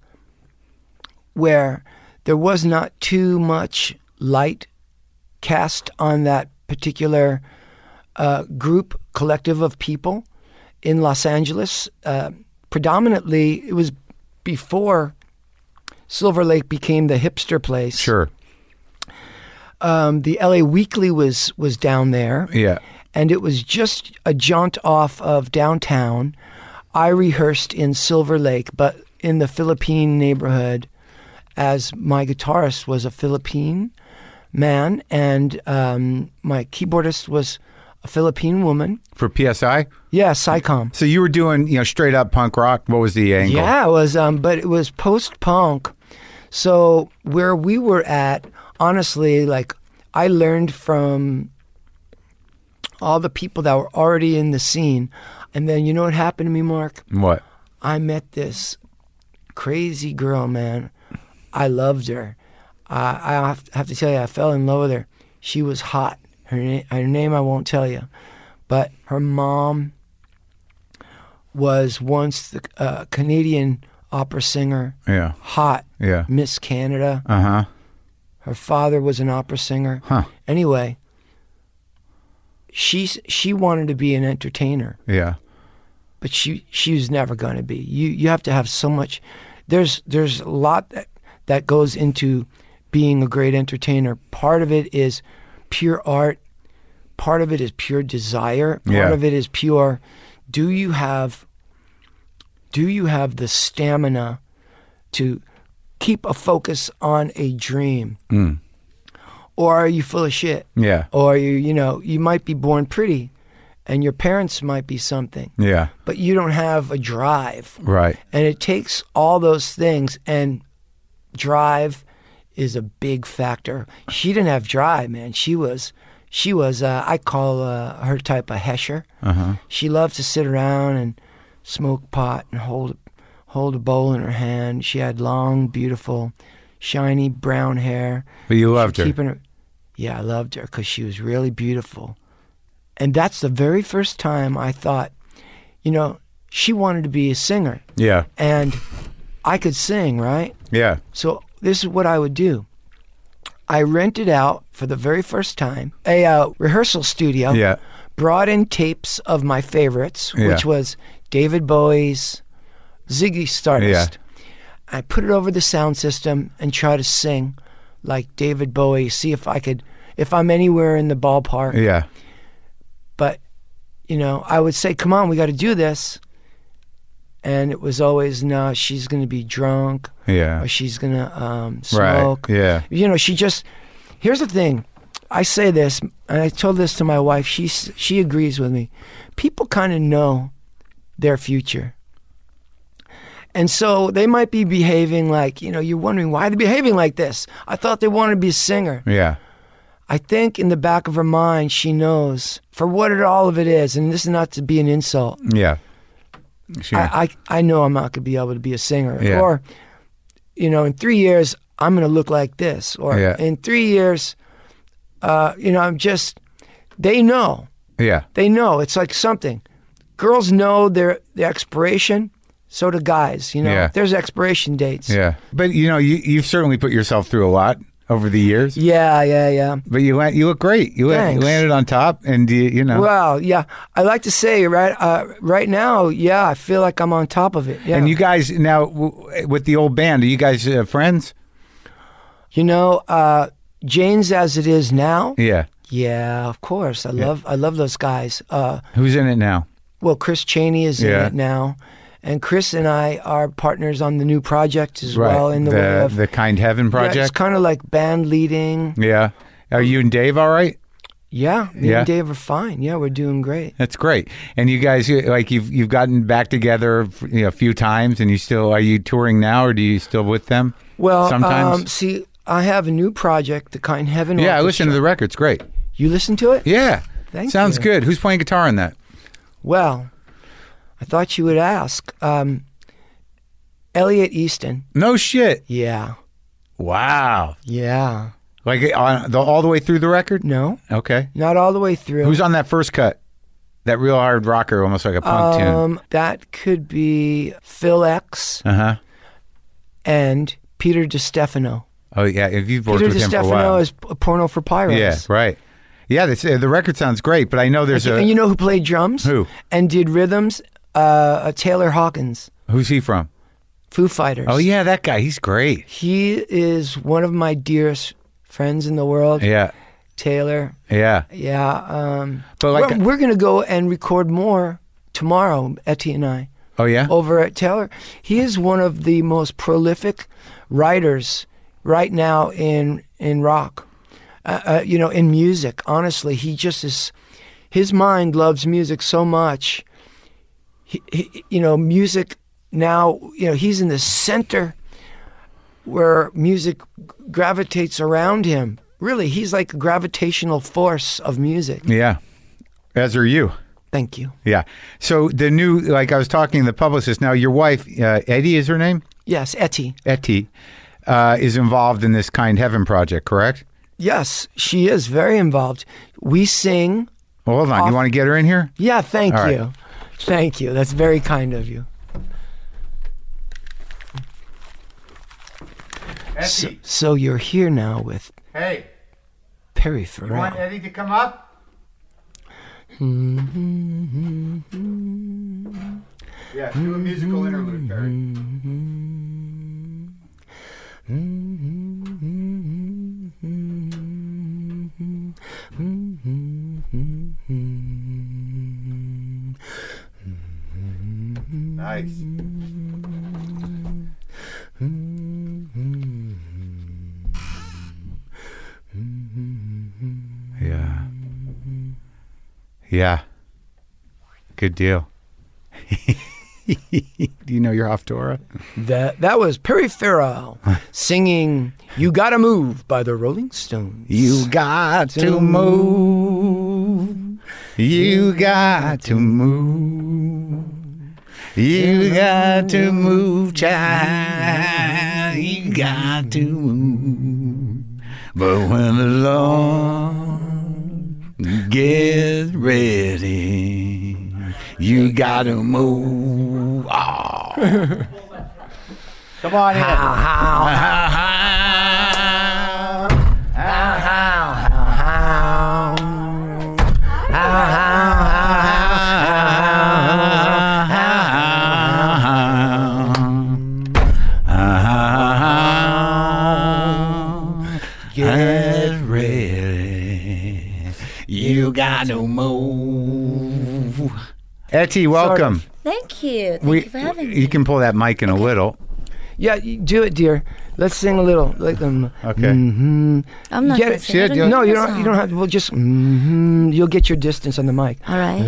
Speaker 2: where there was not too much light cast on that particular uh, group collective of people in Los Angeles, uh, predominantly it was before Silver Lake became the hipster place.
Speaker 1: Sure.
Speaker 2: Um, the LA Weekly was was down there
Speaker 1: Yeah.
Speaker 2: and it was just a jaunt off of downtown. I rehearsed in Silver Lake, but in the Philippine neighborhood, as my guitarist was a Philippine man and um, my keyboardist was a Philippine woman.
Speaker 1: For PSI?
Speaker 2: Yeah, SciComm.
Speaker 1: So you were doing, you know, straight up punk rock. What was the angle?
Speaker 2: Yeah, it was, um, but it was post punk. So where we were at, honestly, like I learned from all the people that were already in the scene, and then you know what happened to me, Mark?
Speaker 1: What?
Speaker 2: I met this crazy girl, man. I loved her. I I have- have to tell you, I fell in love with her. She was hot. Her, na- her name I won't tell you, but her mom was once the uh, Canadian opera singer,
Speaker 1: Yeah.
Speaker 2: hot
Speaker 1: Yeah.
Speaker 2: Miss Canada.
Speaker 1: Uh huh.
Speaker 2: Her father was an opera singer.
Speaker 1: Huh.
Speaker 2: Anyway, she s- she wanted to be an entertainer
Speaker 1: Yeah.
Speaker 2: but she she was never going to be. You you have to have so much. There's there's a lot that that goes into being a great entertainer. Part of it is pure art. Part of it is pure desire. Part
Speaker 1: Yeah.
Speaker 2: of it is pure. Do you have do you have the stamina to keep a focus on a dream? Or are you full of shit?
Speaker 1: Yeah.
Speaker 2: Or you you know, you might be born pretty and your parents might be something
Speaker 1: Yeah.
Speaker 2: but you don't have a drive.
Speaker 1: Right.
Speaker 2: And it takes all those things, and drive is a big factor. She didn't have drive, man. She was, she was. Uh, I call uh, her type a hesher. She loved to sit around and smoke pot and hold, hold a bowl in her hand. She had long, beautiful, shiny brown hair.
Speaker 1: But you loved
Speaker 2: She
Speaker 1: her.
Speaker 2: Keeping her, yeah, I loved her because she was really beautiful, and that's the very first time I thought, you know, she wanted to be a singer,
Speaker 1: Yeah.
Speaker 2: and I could sing, right?
Speaker 1: Yeah.
Speaker 2: So this is what I would do. I rented out for the very first time a uh, rehearsal studio.
Speaker 1: Yeah.
Speaker 2: Brought in tapes of my favorites,
Speaker 1: Yeah.
Speaker 2: which was David Bowie's Ziggy Stardust. I put it over the sound system and try to sing like David Bowie, see if I could if I'm anywhere in the ballpark
Speaker 1: Yeah.
Speaker 2: but you know i would say come on we got to do this and it was always no she's gonna be drunk
Speaker 1: Yeah.
Speaker 2: or she's gonna um,
Speaker 1: Right.
Speaker 2: smoke
Speaker 1: Yeah.
Speaker 2: you know she just here's the thing i say this and i told this to my wife she s- she agrees with me people kind of know their future and so they might be behaving like you know you're wondering why they're behaving like this i thought they wanted to be a singer
Speaker 1: Yeah.
Speaker 2: I think in the back of her mind, she knows for what it, all of it is, and this is not to be an insult.
Speaker 1: Yeah. Sure.
Speaker 2: I, I, I know I'm not going to be able to be a singer.
Speaker 1: Yeah.
Speaker 2: Or, you know, in three years, I'm going to look like this. Or
Speaker 1: Yeah.
Speaker 2: in three years, uh, you know, I'm just, they know.
Speaker 1: yeah.
Speaker 2: They know. It's like something. Girls know their, their expiration, so do guys. You know,
Speaker 1: Yeah.
Speaker 2: there's expiration dates.
Speaker 1: Yeah. But you know, you you've certainly put yourself through a lot over the years.
Speaker 2: yeah, yeah. yeah.
Speaker 1: But you land, you look great. You, la- you
Speaker 2: Thanks.
Speaker 1: landed on top, and you, you know,
Speaker 2: Wow, yeah. I like to say right uh, right now, yeah, I feel like I'm on top of it. Yeah.
Speaker 1: and you guys now w- with the old band, are you guys uh, friends?
Speaker 2: You know, uh, Jane's as it is now.
Speaker 1: Yeah.
Speaker 2: Yeah, of course. I love I love those guys. Uh,
Speaker 1: Who's in it now?
Speaker 2: well, Chris Cheney is
Speaker 1: Yeah.
Speaker 2: in it now, and Chris and I are partners on the new project as well. In the, way
Speaker 1: the
Speaker 2: of
Speaker 1: the Kind Heaven
Speaker 2: Yeah, it's
Speaker 1: project.
Speaker 2: kind of like band leading.
Speaker 1: Yeah. Are you and Dave all right?
Speaker 2: Yeah, me
Speaker 1: Yeah.
Speaker 2: and Dave are fine. Yeah, we're doing great.
Speaker 1: That's great. And you guys, you- like you've you've gotten back together you know, a few times, and you still are you touring now, or do you still with them?
Speaker 2: Well,
Speaker 1: sometimes.
Speaker 2: um, see, I have a new project, the Kind Heaven.
Speaker 1: yeah, I
Speaker 2: Orchestra.
Speaker 1: listen to the records. Great.
Speaker 2: You listen to it?
Speaker 1: Yeah.
Speaker 2: Thank
Speaker 1: Sounds
Speaker 2: you.
Speaker 1: good. Who's playing guitar in that?
Speaker 2: Well, I thought you would ask. Um, Elliot Easton.
Speaker 1: No shit.
Speaker 2: Yeah.
Speaker 1: Wow.
Speaker 2: Yeah.
Speaker 1: Like on the, all the way through the record.
Speaker 2: No,
Speaker 1: Okay.
Speaker 2: not all the way through.
Speaker 1: Who's on that first cut? That real hard rocker, almost like a punk tune.
Speaker 2: um, that could be Phil X
Speaker 1: Uh huh.
Speaker 2: and Peter DiStefano.
Speaker 1: Oh yeah. If you've worked
Speaker 2: Peter
Speaker 1: with him for a while.
Speaker 2: DiStefano is p- porno for pyros.
Speaker 1: yeah. Right. Yeah. This, uh, the record sounds great, but I know there's a.
Speaker 2: And you know who played drums?
Speaker 1: Who?
Speaker 2: And did rhythms? Uh, uh, Taylor Hawkins,
Speaker 1: who's he from?
Speaker 2: Foo Fighters.
Speaker 1: Oh yeah, that guy. He's great.
Speaker 2: He is one of my dearest friends in the world.
Speaker 1: Yeah.
Speaker 2: Taylor.
Speaker 1: Yeah.
Speaker 2: Yeah. Um,
Speaker 1: But like-
Speaker 2: we're, we're going to go and record more tomorrow, Etty and I,
Speaker 1: Oh yeah.
Speaker 2: over at Taylor. He is one of the most prolific writers right now in in rock. Uh, uh, you know, in music. Honestly, he just is. His mind loves music so much. He, he, you know, music now. You know, he's in the center where music gravitates around him. Really, he's like a gravitational force of music.
Speaker 1: Yeah. As are you.
Speaker 2: Thank you.
Speaker 1: Yeah. So the new, like I was talking to the publicist. Now your wife, uh, Eddie, is her name.
Speaker 2: Yes, Etty.
Speaker 1: Etty, uh, is involved in this Kind Heaven project, correct?
Speaker 2: Yes, she is very involved. We sing.
Speaker 1: Well, hold on. You want to get her in here?
Speaker 2: Yeah, thank
Speaker 1: All right.
Speaker 2: you. Thank you. That's very kind of you.
Speaker 1: E.
Speaker 2: So, so you're here now with
Speaker 1: hey,
Speaker 2: Perry Farrell.
Speaker 1: Eddie to come up? Yeah, do a musical interlude, Barry. Nice. Yeah. Yeah. Good deal. Do you know you're off Torah?
Speaker 2: That that was Perry Farrell singing "You Gotta Move" by the Rolling Stones.
Speaker 1: You got to move. You got to move. You got to move, child. You got to move. But when the Lord gets ready, you got to move. Ah. Come on in. Get ready. You got to move. Etty, welcome.
Speaker 3: Thank you. Thank you for having me.
Speaker 1: you can pull that mic in a little.
Speaker 2: Yeah, you do it, dear. Let's sing a little. Like um,
Speaker 3: Mm-hmm.
Speaker 1: Okay.
Speaker 2: hmm
Speaker 3: I'm not
Speaker 2: Get
Speaker 3: gonna
Speaker 2: it?
Speaker 3: sing. I
Speaker 1: Shit, yeah.
Speaker 2: No,
Speaker 3: know
Speaker 2: you
Speaker 3: the
Speaker 2: don't. You
Speaker 3: song.
Speaker 2: don't have. Well, just hmm you'll get your distance on the mic.
Speaker 3: All right.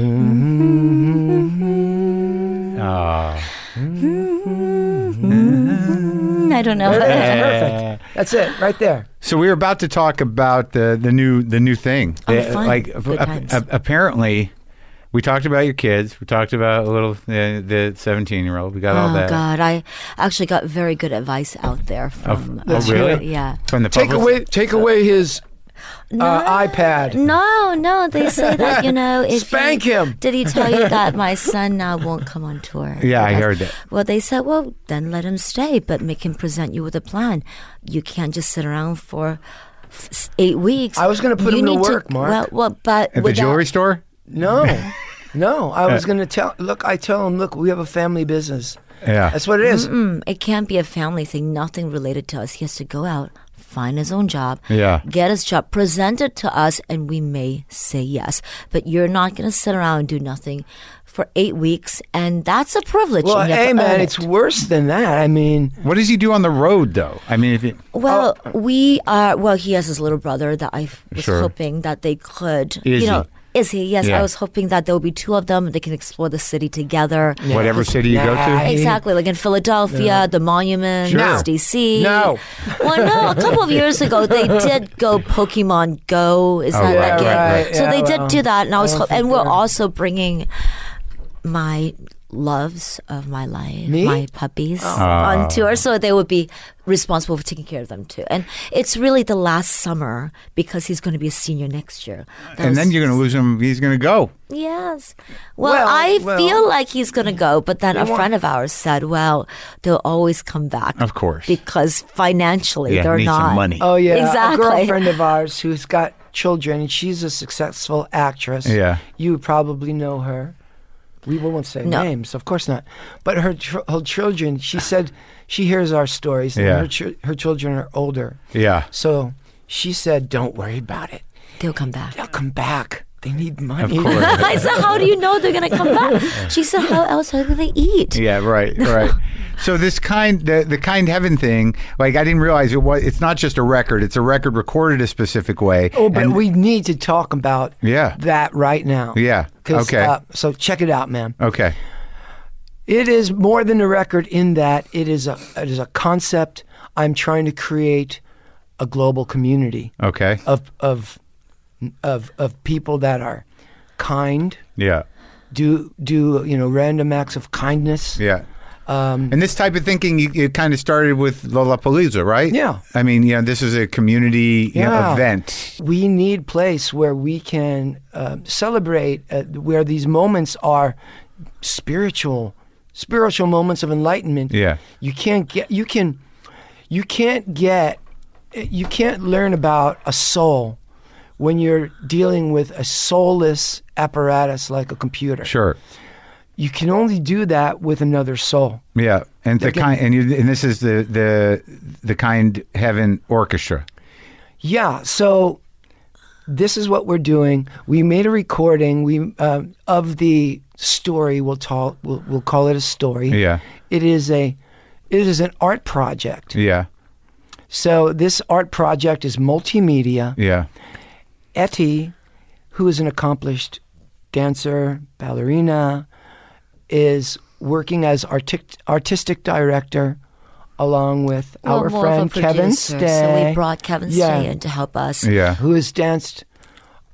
Speaker 1: Ah.
Speaker 3: Mm, I don't know.
Speaker 2: Perfect. That's it, right there.
Speaker 1: So we were about to talk about the the new the new thing.
Speaker 3: Oh,
Speaker 1: Uh,
Speaker 3: fun.
Speaker 1: Like
Speaker 3: Good times.
Speaker 1: apparently, we talked about your kids. We talked about a little uh, the seventeen year old. We got all
Speaker 3: oh
Speaker 1: that
Speaker 3: God, I actually got very good advice out there from.
Speaker 1: oh,
Speaker 3: uh,
Speaker 1: really?
Speaker 3: Yeah.
Speaker 1: from the
Speaker 2: Take
Speaker 1: public-
Speaker 2: away, take away his uh, iPad.
Speaker 3: No, no, they say that you know. If
Speaker 2: Spank
Speaker 3: you-
Speaker 2: him.
Speaker 3: Did he tell you that my son now won't come on tour?
Speaker 1: Yeah, I
Speaker 3: Yes.
Speaker 1: heard that.
Speaker 3: Well, they said, well, then let him stay, but make him present you with a plan. You can't just sit around for f- s- eight weeks.
Speaker 2: I was gonna put
Speaker 3: You
Speaker 2: him to
Speaker 3: need
Speaker 2: work, Mark.
Speaker 3: Well, well, but
Speaker 1: at the
Speaker 3: without-
Speaker 1: jewelry store.
Speaker 2: No, no. I
Speaker 1: Eh.
Speaker 2: was gonna tell. Look, I tell him. Look, we have a family business.
Speaker 1: Yeah.
Speaker 2: That's what it is.
Speaker 3: Mm, it can't be a family thing. Nothing related to us. He has to go out, find his own job,
Speaker 1: Yeah.
Speaker 3: get his job, present it to us, and we may say yes. But you're not going to sit around and do nothing for eight weeks, and that's a privilege.
Speaker 2: Well,
Speaker 3: and you have to
Speaker 2: hey
Speaker 3: earn
Speaker 2: man,
Speaker 3: it.
Speaker 2: it's worse than that. I mean,
Speaker 1: What does he do on the road though? I mean, if it,
Speaker 3: Well,
Speaker 2: uh,
Speaker 3: we are. Well, he has his little brother that I was
Speaker 1: Sure.
Speaker 3: hoping that they could.
Speaker 1: Is
Speaker 3: you know, is he? Yes,
Speaker 1: Yeah.
Speaker 3: I was hoping that there will be two of them. and They can explore the city together.
Speaker 1: whatever city you go to,
Speaker 2: Nah.
Speaker 3: Exactly, like in Philadelphia, the Monument,
Speaker 1: Sure. No.
Speaker 3: D.C.
Speaker 2: No.
Speaker 3: well, no. A couple of years ago, they did go Pokemon Go. Is
Speaker 1: Oh, right,
Speaker 3: that that game?
Speaker 1: right,
Speaker 2: right.
Speaker 3: So
Speaker 2: Yeah,
Speaker 3: they
Speaker 2: well,
Speaker 3: did do that, and I was,
Speaker 2: don't
Speaker 3: ho-
Speaker 2: think
Speaker 3: and we're
Speaker 2: they're-
Speaker 3: also bringing my loves of my life,
Speaker 2: Me?
Speaker 3: my puppies
Speaker 1: Oh. Ah.
Speaker 3: on tour, so they would be responsible for taking care of them too. And it's really the last summer because he's going to be a senior next year. That
Speaker 1: And then
Speaker 3: was-
Speaker 1: you're going to lose him. He's going to go.
Speaker 3: Yes. Well,
Speaker 2: Well,
Speaker 3: I
Speaker 2: well-
Speaker 3: feel like he's going to go, but then a
Speaker 2: want-
Speaker 3: friend of ours said, well, they'll always come back.
Speaker 1: Of course.
Speaker 3: Because financially,
Speaker 1: Yeah,
Speaker 3: they're
Speaker 1: need
Speaker 3: not.
Speaker 1: some money.
Speaker 2: Oh yeah,
Speaker 3: Exactly.
Speaker 2: A girlfriend of ours who's got children, and she's a successful actress.
Speaker 1: Yeah.
Speaker 2: you would probably know her. We won't say
Speaker 3: No.
Speaker 2: names, of course not. But her tr- her children, she said, she hears our stories, and
Speaker 1: Yeah.
Speaker 2: her ch- her children are older.
Speaker 1: Yeah.
Speaker 2: So she said, "Don't worry about it.
Speaker 3: They'll come back.
Speaker 2: They'll come back. They need money."
Speaker 1: course.
Speaker 3: I said, how do you know they're going to come back? She said, how else are they going to eat?
Speaker 1: Yeah, right, right. so this kind, the, the kind heaven thing, like I didn't realize it was. It's not just a record; it's a record recorded a specific way.
Speaker 2: Oh, but
Speaker 1: And-
Speaker 2: we need to talk about
Speaker 1: Yeah.
Speaker 2: that right now.
Speaker 1: Yeah.
Speaker 2: 'Cause,
Speaker 1: Okay.
Speaker 2: uh, so check it out, man.
Speaker 1: okay,
Speaker 2: It is more than a record in that it is a it is a concept. I'm trying to create a global community
Speaker 1: okay,
Speaker 2: of of of of people that are kind,
Speaker 1: yeah,
Speaker 2: do do you know random acts of kindness.
Speaker 1: yeah.
Speaker 2: um,
Speaker 1: and this type of thinking, you, it kind of started with Lollapalooza, right?
Speaker 2: Yeah.
Speaker 1: I mean, yeah, this is a community you know,
Speaker 2: Yeah.
Speaker 1: event.
Speaker 2: We need place where we can uh, celebrate, uh, where these moments are spiritual, spiritual moments of enlightenment.
Speaker 1: Yeah.
Speaker 2: you can't get you can, you can't get, you can't learn about a soul when you're dealing with a soulless apparatus like a computer.
Speaker 1: Sure.
Speaker 2: You can only do that with another soul.
Speaker 1: Yeah, and the kind, and, you, and this is the the the kind heaven orchestra.
Speaker 2: Yeah. So this is what we're doing. We made a recording. We um, of the story. We'll talk. We'll, we'll call it a story.
Speaker 1: Yeah.
Speaker 2: It is a. It is an art project.
Speaker 1: Yeah,
Speaker 2: So this art project is multimedia.
Speaker 1: yeah,
Speaker 2: Etty, who is an accomplished dancer, ballerina, is working as artic- artistic director along with
Speaker 3: Well,
Speaker 2: our
Speaker 3: more of a
Speaker 2: friend Kevin
Speaker 3: producer,
Speaker 2: Stay.
Speaker 3: So we brought Kevin
Speaker 2: Yeah.
Speaker 3: Stay in to help us.
Speaker 1: yeah,
Speaker 2: who has danced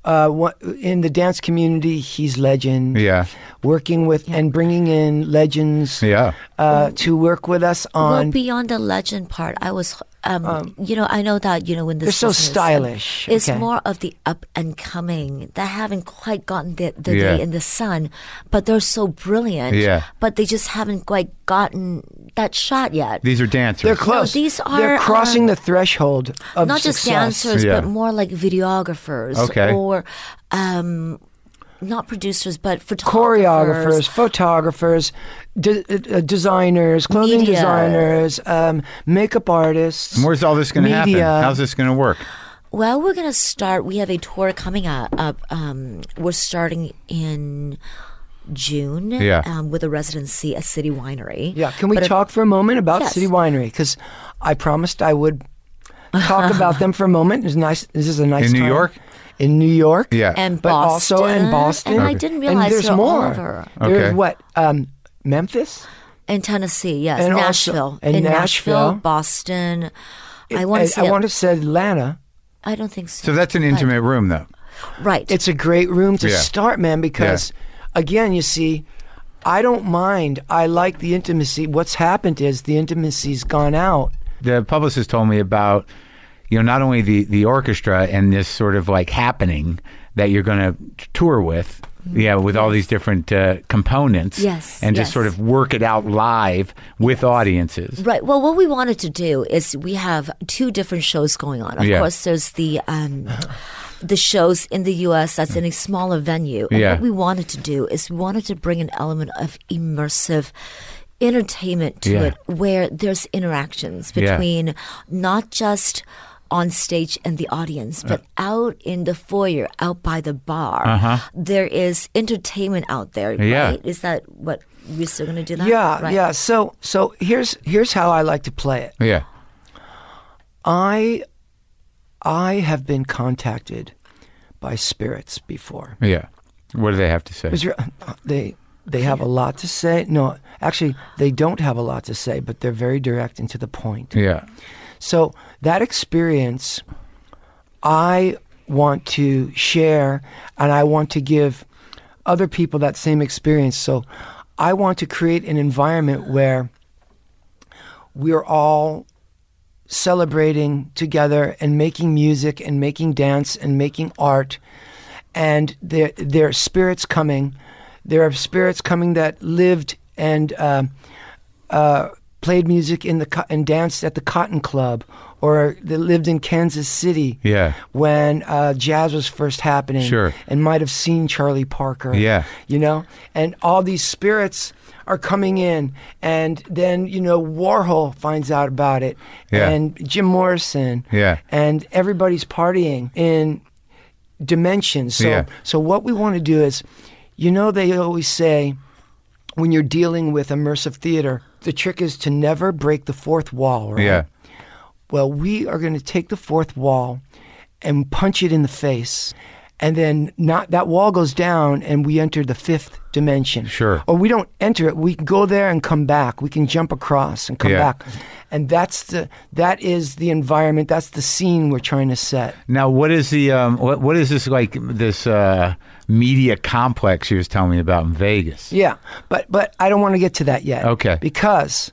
Speaker 2: uh, one- in the dance community. He's legend.
Speaker 1: yeah,
Speaker 2: Working with and bringing in legends
Speaker 1: yeah.
Speaker 2: uh, to work with us
Speaker 3: Well,
Speaker 2: on.
Speaker 3: beyond the legend part, I was, um, you know, I know that, you know, when this
Speaker 2: They're so
Speaker 3: business-
Speaker 2: stylish,
Speaker 3: It's
Speaker 2: okay.
Speaker 3: more of the up and coming that haven't quite gotten the, the
Speaker 1: Yeah.
Speaker 3: day in the sun, but they're so brilliant.
Speaker 1: Yeah.
Speaker 3: But they just haven't quite gotten that shot yet.
Speaker 1: These are dancers.
Speaker 2: they're close.
Speaker 3: these
Speaker 2: They're
Speaker 3: are,
Speaker 2: crossing
Speaker 3: um,
Speaker 2: the threshold of
Speaker 3: Not just
Speaker 2: success.
Speaker 3: dancers,
Speaker 1: Yeah.
Speaker 3: but more like videographers
Speaker 1: Okay.
Speaker 3: or um, not producers, but photographers.
Speaker 2: choreographers, photographers, de- uh, designers, clothing
Speaker 3: Media.
Speaker 2: designers, um, makeup artists.
Speaker 1: And Where's all this going to happen?
Speaker 2: Media.
Speaker 1: How's this going to work?
Speaker 3: Well, we're going to start. We have a tour coming up. up um, we're starting in June
Speaker 1: Yeah.
Speaker 3: um, with a residency at City Winery.
Speaker 2: Yeah, can we
Speaker 3: But if-
Speaker 2: talk for a moment about
Speaker 3: Yes.
Speaker 2: City Winery? Because I promised I would talk about them for a moment. It's nice. This is a nice
Speaker 1: In New
Speaker 2: time.
Speaker 1: York?
Speaker 2: In New York,
Speaker 1: Yeah.
Speaker 3: And
Speaker 2: but
Speaker 3: Boston.
Speaker 2: also in Boston.
Speaker 3: And I didn't
Speaker 2: And
Speaker 3: realize
Speaker 2: there's
Speaker 3: they're
Speaker 2: more.
Speaker 3: all over.
Speaker 1: Okay.
Speaker 2: There's what? Um, Memphis.
Speaker 3: In Tennessee, yes.
Speaker 2: And also-
Speaker 3: Nashville.
Speaker 2: and
Speaker 3: in Nashville,
Speaker 2: Nashville.
Speaker 3: Boston. I want to say.
Speaker 2: I want to say Atlanta.
Speaker 3: I don't think so.
Speaker 1: So that's an intimate room, though.
Speaker 3: right.
Speaker 2: It's a great room to
Speaker 1: Yeah.
Speaker 2: start, man. Because again, you see, I don't mind. I like the intimacy. What's happened is the intimacy's gone out.
Speaker 1: The publicist told me about, you know, not only the the orchestra and this sort of like happening that you're going to tour with, yeah, with all these different uh, components,
Speaker 3: Mm-hmm. Yes,
Speaker 1: and just
Speaker 3: yes.
Speaker 1: sort of work it out live with audiences.
Speaker 3: Right. Well, what we wanted to do is we have two different shows going on. Of
Speaker 1: Yeah.
Speaker 3: course, there's the um, the shows in the U.S. that's in a smaller venue. And
Speaker 1: Yeah.
Speaker 3: What we wanted to do is we wanted to bring an element of immersive entertainment to
Speaker 1: Yeah.
Speaker 3: it, where there's interactions
Speaker 1: Yeah.
Speaker 3: between not just on stage and the audience,
Speaker 1: Uh.
Speaker 3: but out in the foyer, out by the bar, there is entertainment out there.
Speaker 1: Uh-huh. Yeah.
Speaker 3: Right? Is that what we're still going to do? That?
Speaker 2: Yeah,
Speaker 3: Right.
Speaker 2: yeah. So, so here's here's how I like to play it.
Speaker 1: Yeah,
Speaker 2: I I have been contacted by spirits before.
Speaker 1: yeah. What do they have to say?
Speaker 2: Is there- uh, They they have a lot to say. No, actually, they don't have a lot to say, but they're very direct and to the point.
Speaker 1: Yeah,
Speaker 2: So that experience, I want to share, and I want to give other people that same experience. So I want to create an environment where we're all celebrating together and making music and making dance and making art. And there, there are spirits coming. There are spirits coming that lived and uh, uh, played music in the co- and danced at the Cotton Club or that lived in Kansas City
Speaker 1: Yeah.
Speaker 2: when uh, jazz was first happening
Speaker 1: Sure.
Speaker 2: and might have seen Charlie Parker.
Speaker 1: Yeah.
Speaker 2: You know? And all these spirits are coming in. And then, you know, Warhol finds out about it.
Speaker 1: Yeah.
Speaker 2: And Jim Morrison.
Speaker 1: Yeah.
Speaker 2: And everybody's partying in dimensions. So
Speaker 1: Yeah.
Speaker 2: so what we want to do is, you know they always say when you're dealing with immersive theater, the trick is to never break the fourth wall, right?
Speaker 1: Yeah.
Speaker 2: Well, we are going to take the fourth wall and punch it in the face. And then not that wall goes down and we enter the fifth dimension.
Speaker 1: Sure.
Speaker 2: Or we don't enter it. We can go there and come back. We can jump across and come
Speaker 1: Yeah.
Speaker 2: back. And that's the that is the environment, that's the scene we're trying to set.
Speaker 1: Now, what is the um, what what is this like this uh, media complex you was telling me about in Vegas?
Speaker 2: Yeah, but but I don't want to get to that yet.
Speaker 1: Okay.
Speaker 2: Because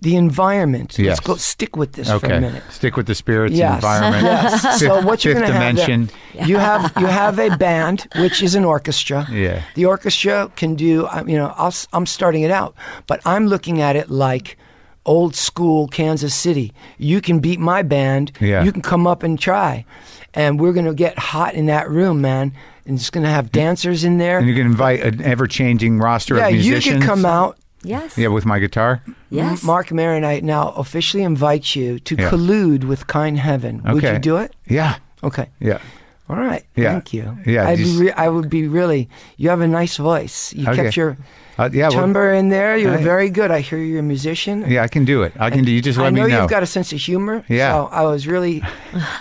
Speaker 2: the environment.
Speaker 1: Yes.
Speaker 2: Let's go stick with this for a
Speaker 1: Okay,
Speaker 2: minute.
Speaker 1: stick with the spirits
Speaker 2: Yes.
Speaker 1: and environment.
Speaker 2: Yes.
Speaker 1: Fifth,
Speaker 2: so what you're
Speaker 1: fifth
Speaker 2: going to have
Speaker 1: dimension.
Speaker 2: there, you have you have a band which is an orchestra.
Speaker 1: Yeah.
Speaker 2: The orchestra can do I- you know I'll, s- I'm starting it out, but I'm looking at it like old school Kansas City. You can beat my band.
Speaker 1: Yeah.
Speaker 2: You can come up and try, and we're going to get hot in that room, man. And it's going to have dancers in there.
Speaker 1: and you can invite an ever-changing roster
Speaker 2: yeah,
Speaker 1: of
Speaker 2: you
Speaker 1: musicians.
Speaker 2: can come out
Speaker 3: Yes.
Speaker 1: Yeah, with my guitar.
Speaker 3: Yes.
Speaker 2: Mark Maronite now officially invites you to
Speaker 1: Yeah.
Speaker 2: collude with Kind Heaven. Would
Speaker 1: Okay.
Speaker 2: you do it?
Speaker 1: Yeah,
Speaker 2: Okay.
Speaker 1: yeah.
Speaker 2: All right.
Speaker 1: Yeah.
Speaker 2: Thank you.
Speaker 1: Yeah,
Speaker 2: I'd
Speaker 1: just-
Speaker 2: be re- I would be really. You have a nice voice. You
Speaker 1: Okay.
Speaker 2: kept your
Speaker 1: Uh, yeah, well-
Speaker 2: timbre in there. You were
Speaker 1: Hey.
Speaker 2: very good. I hear you're a musician.
Speaker 1: Yeah, I can do it. I can do. You just let
Speaker 2: I know,
Speaker 1: me know.
Speaker 2: you've got a sense of humor.
Speaker 1: Yeah.
Speaker 2: So I was really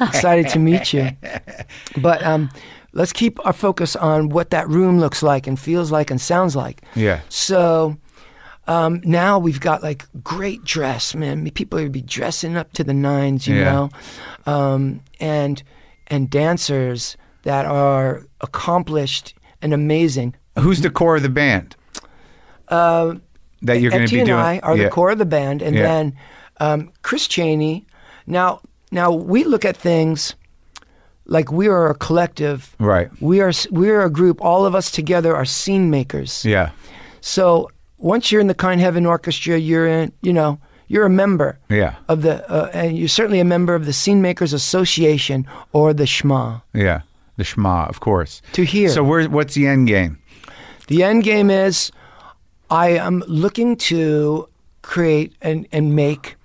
Speaker 2: excited to meet you. But um, let's keep our focus on what that room looks like and feels like and sounds like.
Speaker 1: Yeah.
Speaker 2: So um, now we've got like great dress, man. I mean, people would be dressing up to the nines, you
Speaker 1: Yeah.
Speaker 2: know, um, and and dancers that are accomplished and amazing.
Speaker 1: Who's the core of the band? Uh, that you're going to
Speaker 2: Etty
Speaker 1: be
Speaker 2: Uh, and
Speaker 1: doing.
Speaker 2: I are
Speaker 1: Yeah.
Speaker 2: the core of the band, and
Speaker 1: Yeah.
Speaker 2: then um, Chris Cheney. Now, now we look at things like we are a collective.
Speaker 1: Right.
Speaker 2: We are s- we are a group. All of us together are scene makers.
Speaker 1: Yeah,
Speaker 2: So once you're in the Kind Heaven Orchestra, you're in. You know, you're a member.
Speaker 1: Yeah.
Speaker 2: Of the uh, and you're certainly a member of the Scene Makers Association or the Schma.
Speaker 1: yeah. The Shema, of course.
Speaker 2: To hear.
Speaker 1: So where, what's the end game?
Speaker 2: The end game is I am looking to create and, and make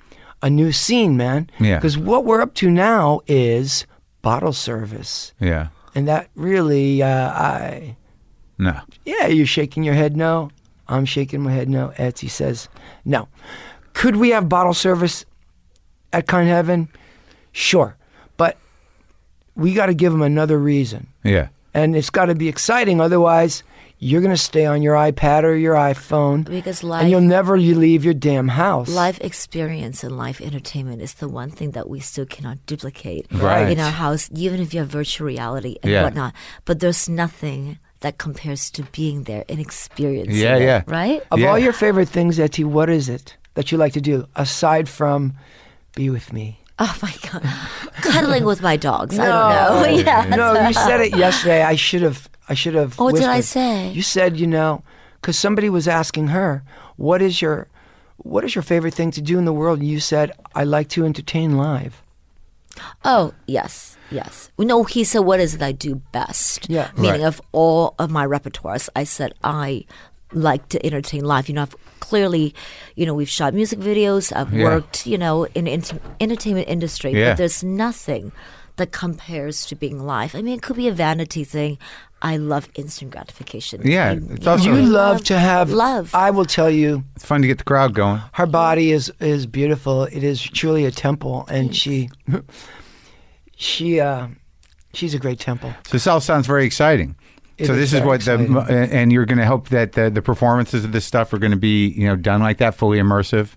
Speaker 2: a new scene, man.
Speaker 1: Yeah.
Speaker 2: Because what we're up to now is bottle service.
Speaker 1: Yeah.
Speaker 2: And that really, uh, I,
Speaker 1: No.
Speaker 2: yeah, you're shaking your head no. I'm shaking my head no. Etsy says no. Could we have bottle service at Kind Heaven? Sure. But we got to give them another reason
Speaker 1: Yeah.
Speaker 2: and it's got to be exciting. Otherwise, you're going to stay on your iPad or your iPhone,
Speaker 3: Because
Speaker 2: and you'll
Speaker 3: live
Speaker 2: never you leave your damn house.
Speaker 3: live experience and live entertainment is the one thing that we still cannot duplicate
Speaker 1: Right.
Speaker 3: in our house, even if you have virtual reality and
Speaker 1: Yeah.
Speaker 3: whatnot. But there's nothing that compares to being there and experiencing
Speaker 1: Yeah,
Speaker 3: it,
Speaker 1: yeah.
Speaker 3: Right?
Speaker 2: Of
Speaker 1: Yeah.
Speaker 2: all your favorite things, Etty, what is it that you like to do aside from be with me?
Speaker 3: Oh my god. Cuddling with my dogs. I don't know. yeah.
Speaker 2: No, you said it yesterday. I should have. I should have.
Speaker 3: Oh, what did I
Speaker 2: whispered.
Speaker 3: say?
Speaker 2: You said, you know, because somebody was asking her, "What is your, what is your favorite thing to do in the world?" And you said, "I like to entertain live."
Speaker 3: Oh, yes, yes. No, he said, what is it I do best?
Speaker 2: Yeah.
Speaker 3: Meaning
Speaker 1: Right.
Speaker 3: of all of my repertoires, I said, I like to entertain live. You know, I've clearly, you know, we've shot music videos. I've
Speaker 1: Yeah.
Speaker 3: worked, you know, in ent- entertainment industry.
Speaker 1: Yeah.
Speaker 3: But there's nothing that compares to being live. I mean, it could be a vanity thing. I love instant gratification.
Speaker 1: Yeah,
Speaker 3: I-
Speaker 1: it's
Speaker 3: know,
Speaker 1: also-
Speaker 2: You
Speaker 1: Oh,
Speaker 3: I
Speaker 2: love to have
Speaker 3: love.
Speaker 2: I will tell you.
Speaker 1: It's fun to get the crowd going.
Speaker 2: her body is is beautiful. It is truly a temple, and she she uh, she's a great temple.
Speaker 1: So this all sounds very exciting.
Speaker 2: It
Speaker 1: so
Speaker 2: is
Speaker 1: this is
Speaker 2: very
Speaker 1: what the
Speaker 2: exciting.
Speaker 1: and you're going to hope that the, the performances of this stuff are going to be you know done like that, fully immersive.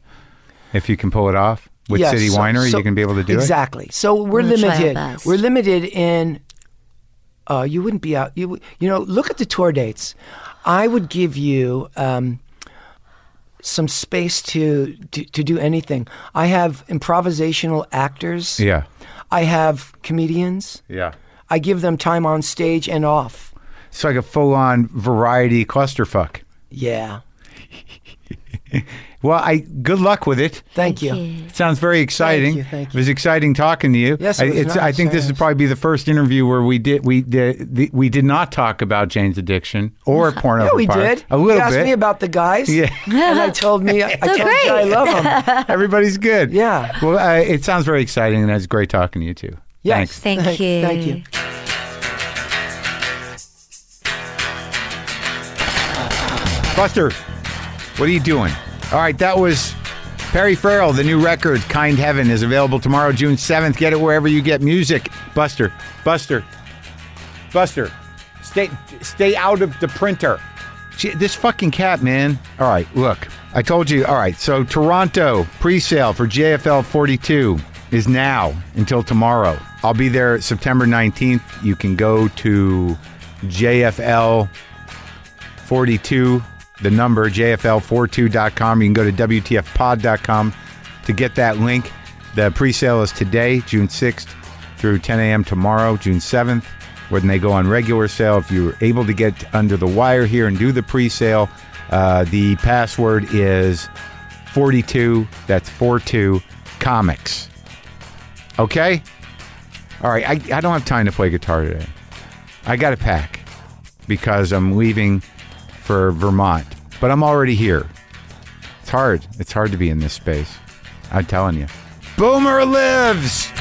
Speaker 1: If you can pull it off with
Speaker 2: Yes,
Speaker 1: City
Speaker 2: so-
Speaker 1: Winery,
Speaker 2: so-
Speaker 1: you can be able to do
Speaker 2: exactly. So we're
Speaker 3: We'll try our
Speaker 2: limited.
Speaker 3: best.
Speaker 2: We're limited in. Uh, you wouldn't be out. You would- you know. Look at the tour dates. I would give you um, some space to, to to do anything. I have improvisational actors.
Speaker 1: Yeah.
Speaker 2: I have comedians.
Speaker 1: Yeah.
Speaker 2: I give them time on stage and off.
Speaker 1: It's like a full on variety clusterfuck.
Speaker 2: Yeah.
Speaker 1: Well, I good luck with it.
Speaker 2: Thank, you.
Speaker 1: It sounds very exciting.
Speaker 2: you, thank
Speaker 1: It was exciting talking to you.
Speaker 2: Yes, it
Speaker 1: I,
Speaker 2: was
Speaker 1: it's, I
Speaker 2: nice,
Speaker 1: think this
Speaker 2: yes.
Speaker 1: would probably be the first interview where we did we did the, we did not talk about Jane's addiction or porno.
Speaker 2: Yeah, we did.
Speaker 1: a little
Speaker 2: you asked
Speaker 1: bit.
Speaker 2: me about the guys.
Speaker 1: Yeah.
Speaker 2: And I told me I told you
Speaker 3: great.
Speaker 2: I love them.
Speaker 1: Everybody's good.
Speaker 2: Yeah.
Speaker 1: Well, uh, it sounds very exciting, and it's great talking to you too.
Speaker 2: Yes.
Speaker 1: Thanks.
Speaker 3: Thank
Speaker 2: Thank-
Speaker 3: you.
Speaker 2: thank you.
Speaker 1: Buster, what are you doing? All right, that was Perry Farrell. The new record, Kind Heaven, is available tomorrow, June 7th. Get it wherever you get music. Buster, Buster, Buster, stay, stay out of the printer. Gee, this fucking cat, man. All right, look, I told you. All right, so Toronto pre sale for JFL 42 is now until tomorrow. I'll be there September 19th. You can go to JFL 42, the number, jfl42.com. You can go to WTFpod.com to get that link. The pre sale is today, June 6th, through 10 a.m. tomorrow, June 7th. When they go on regular sale, if you're able to get under the wire here and do the pre sale, uh, the password is 42, that's 42 comics. Okay? All right, I, I don't have time to play guitar today. I got to pack because I'm leaving for Vermont, but I'm already here. It's hard. It's hard to be in this space. I'm telling you. Boomer lives!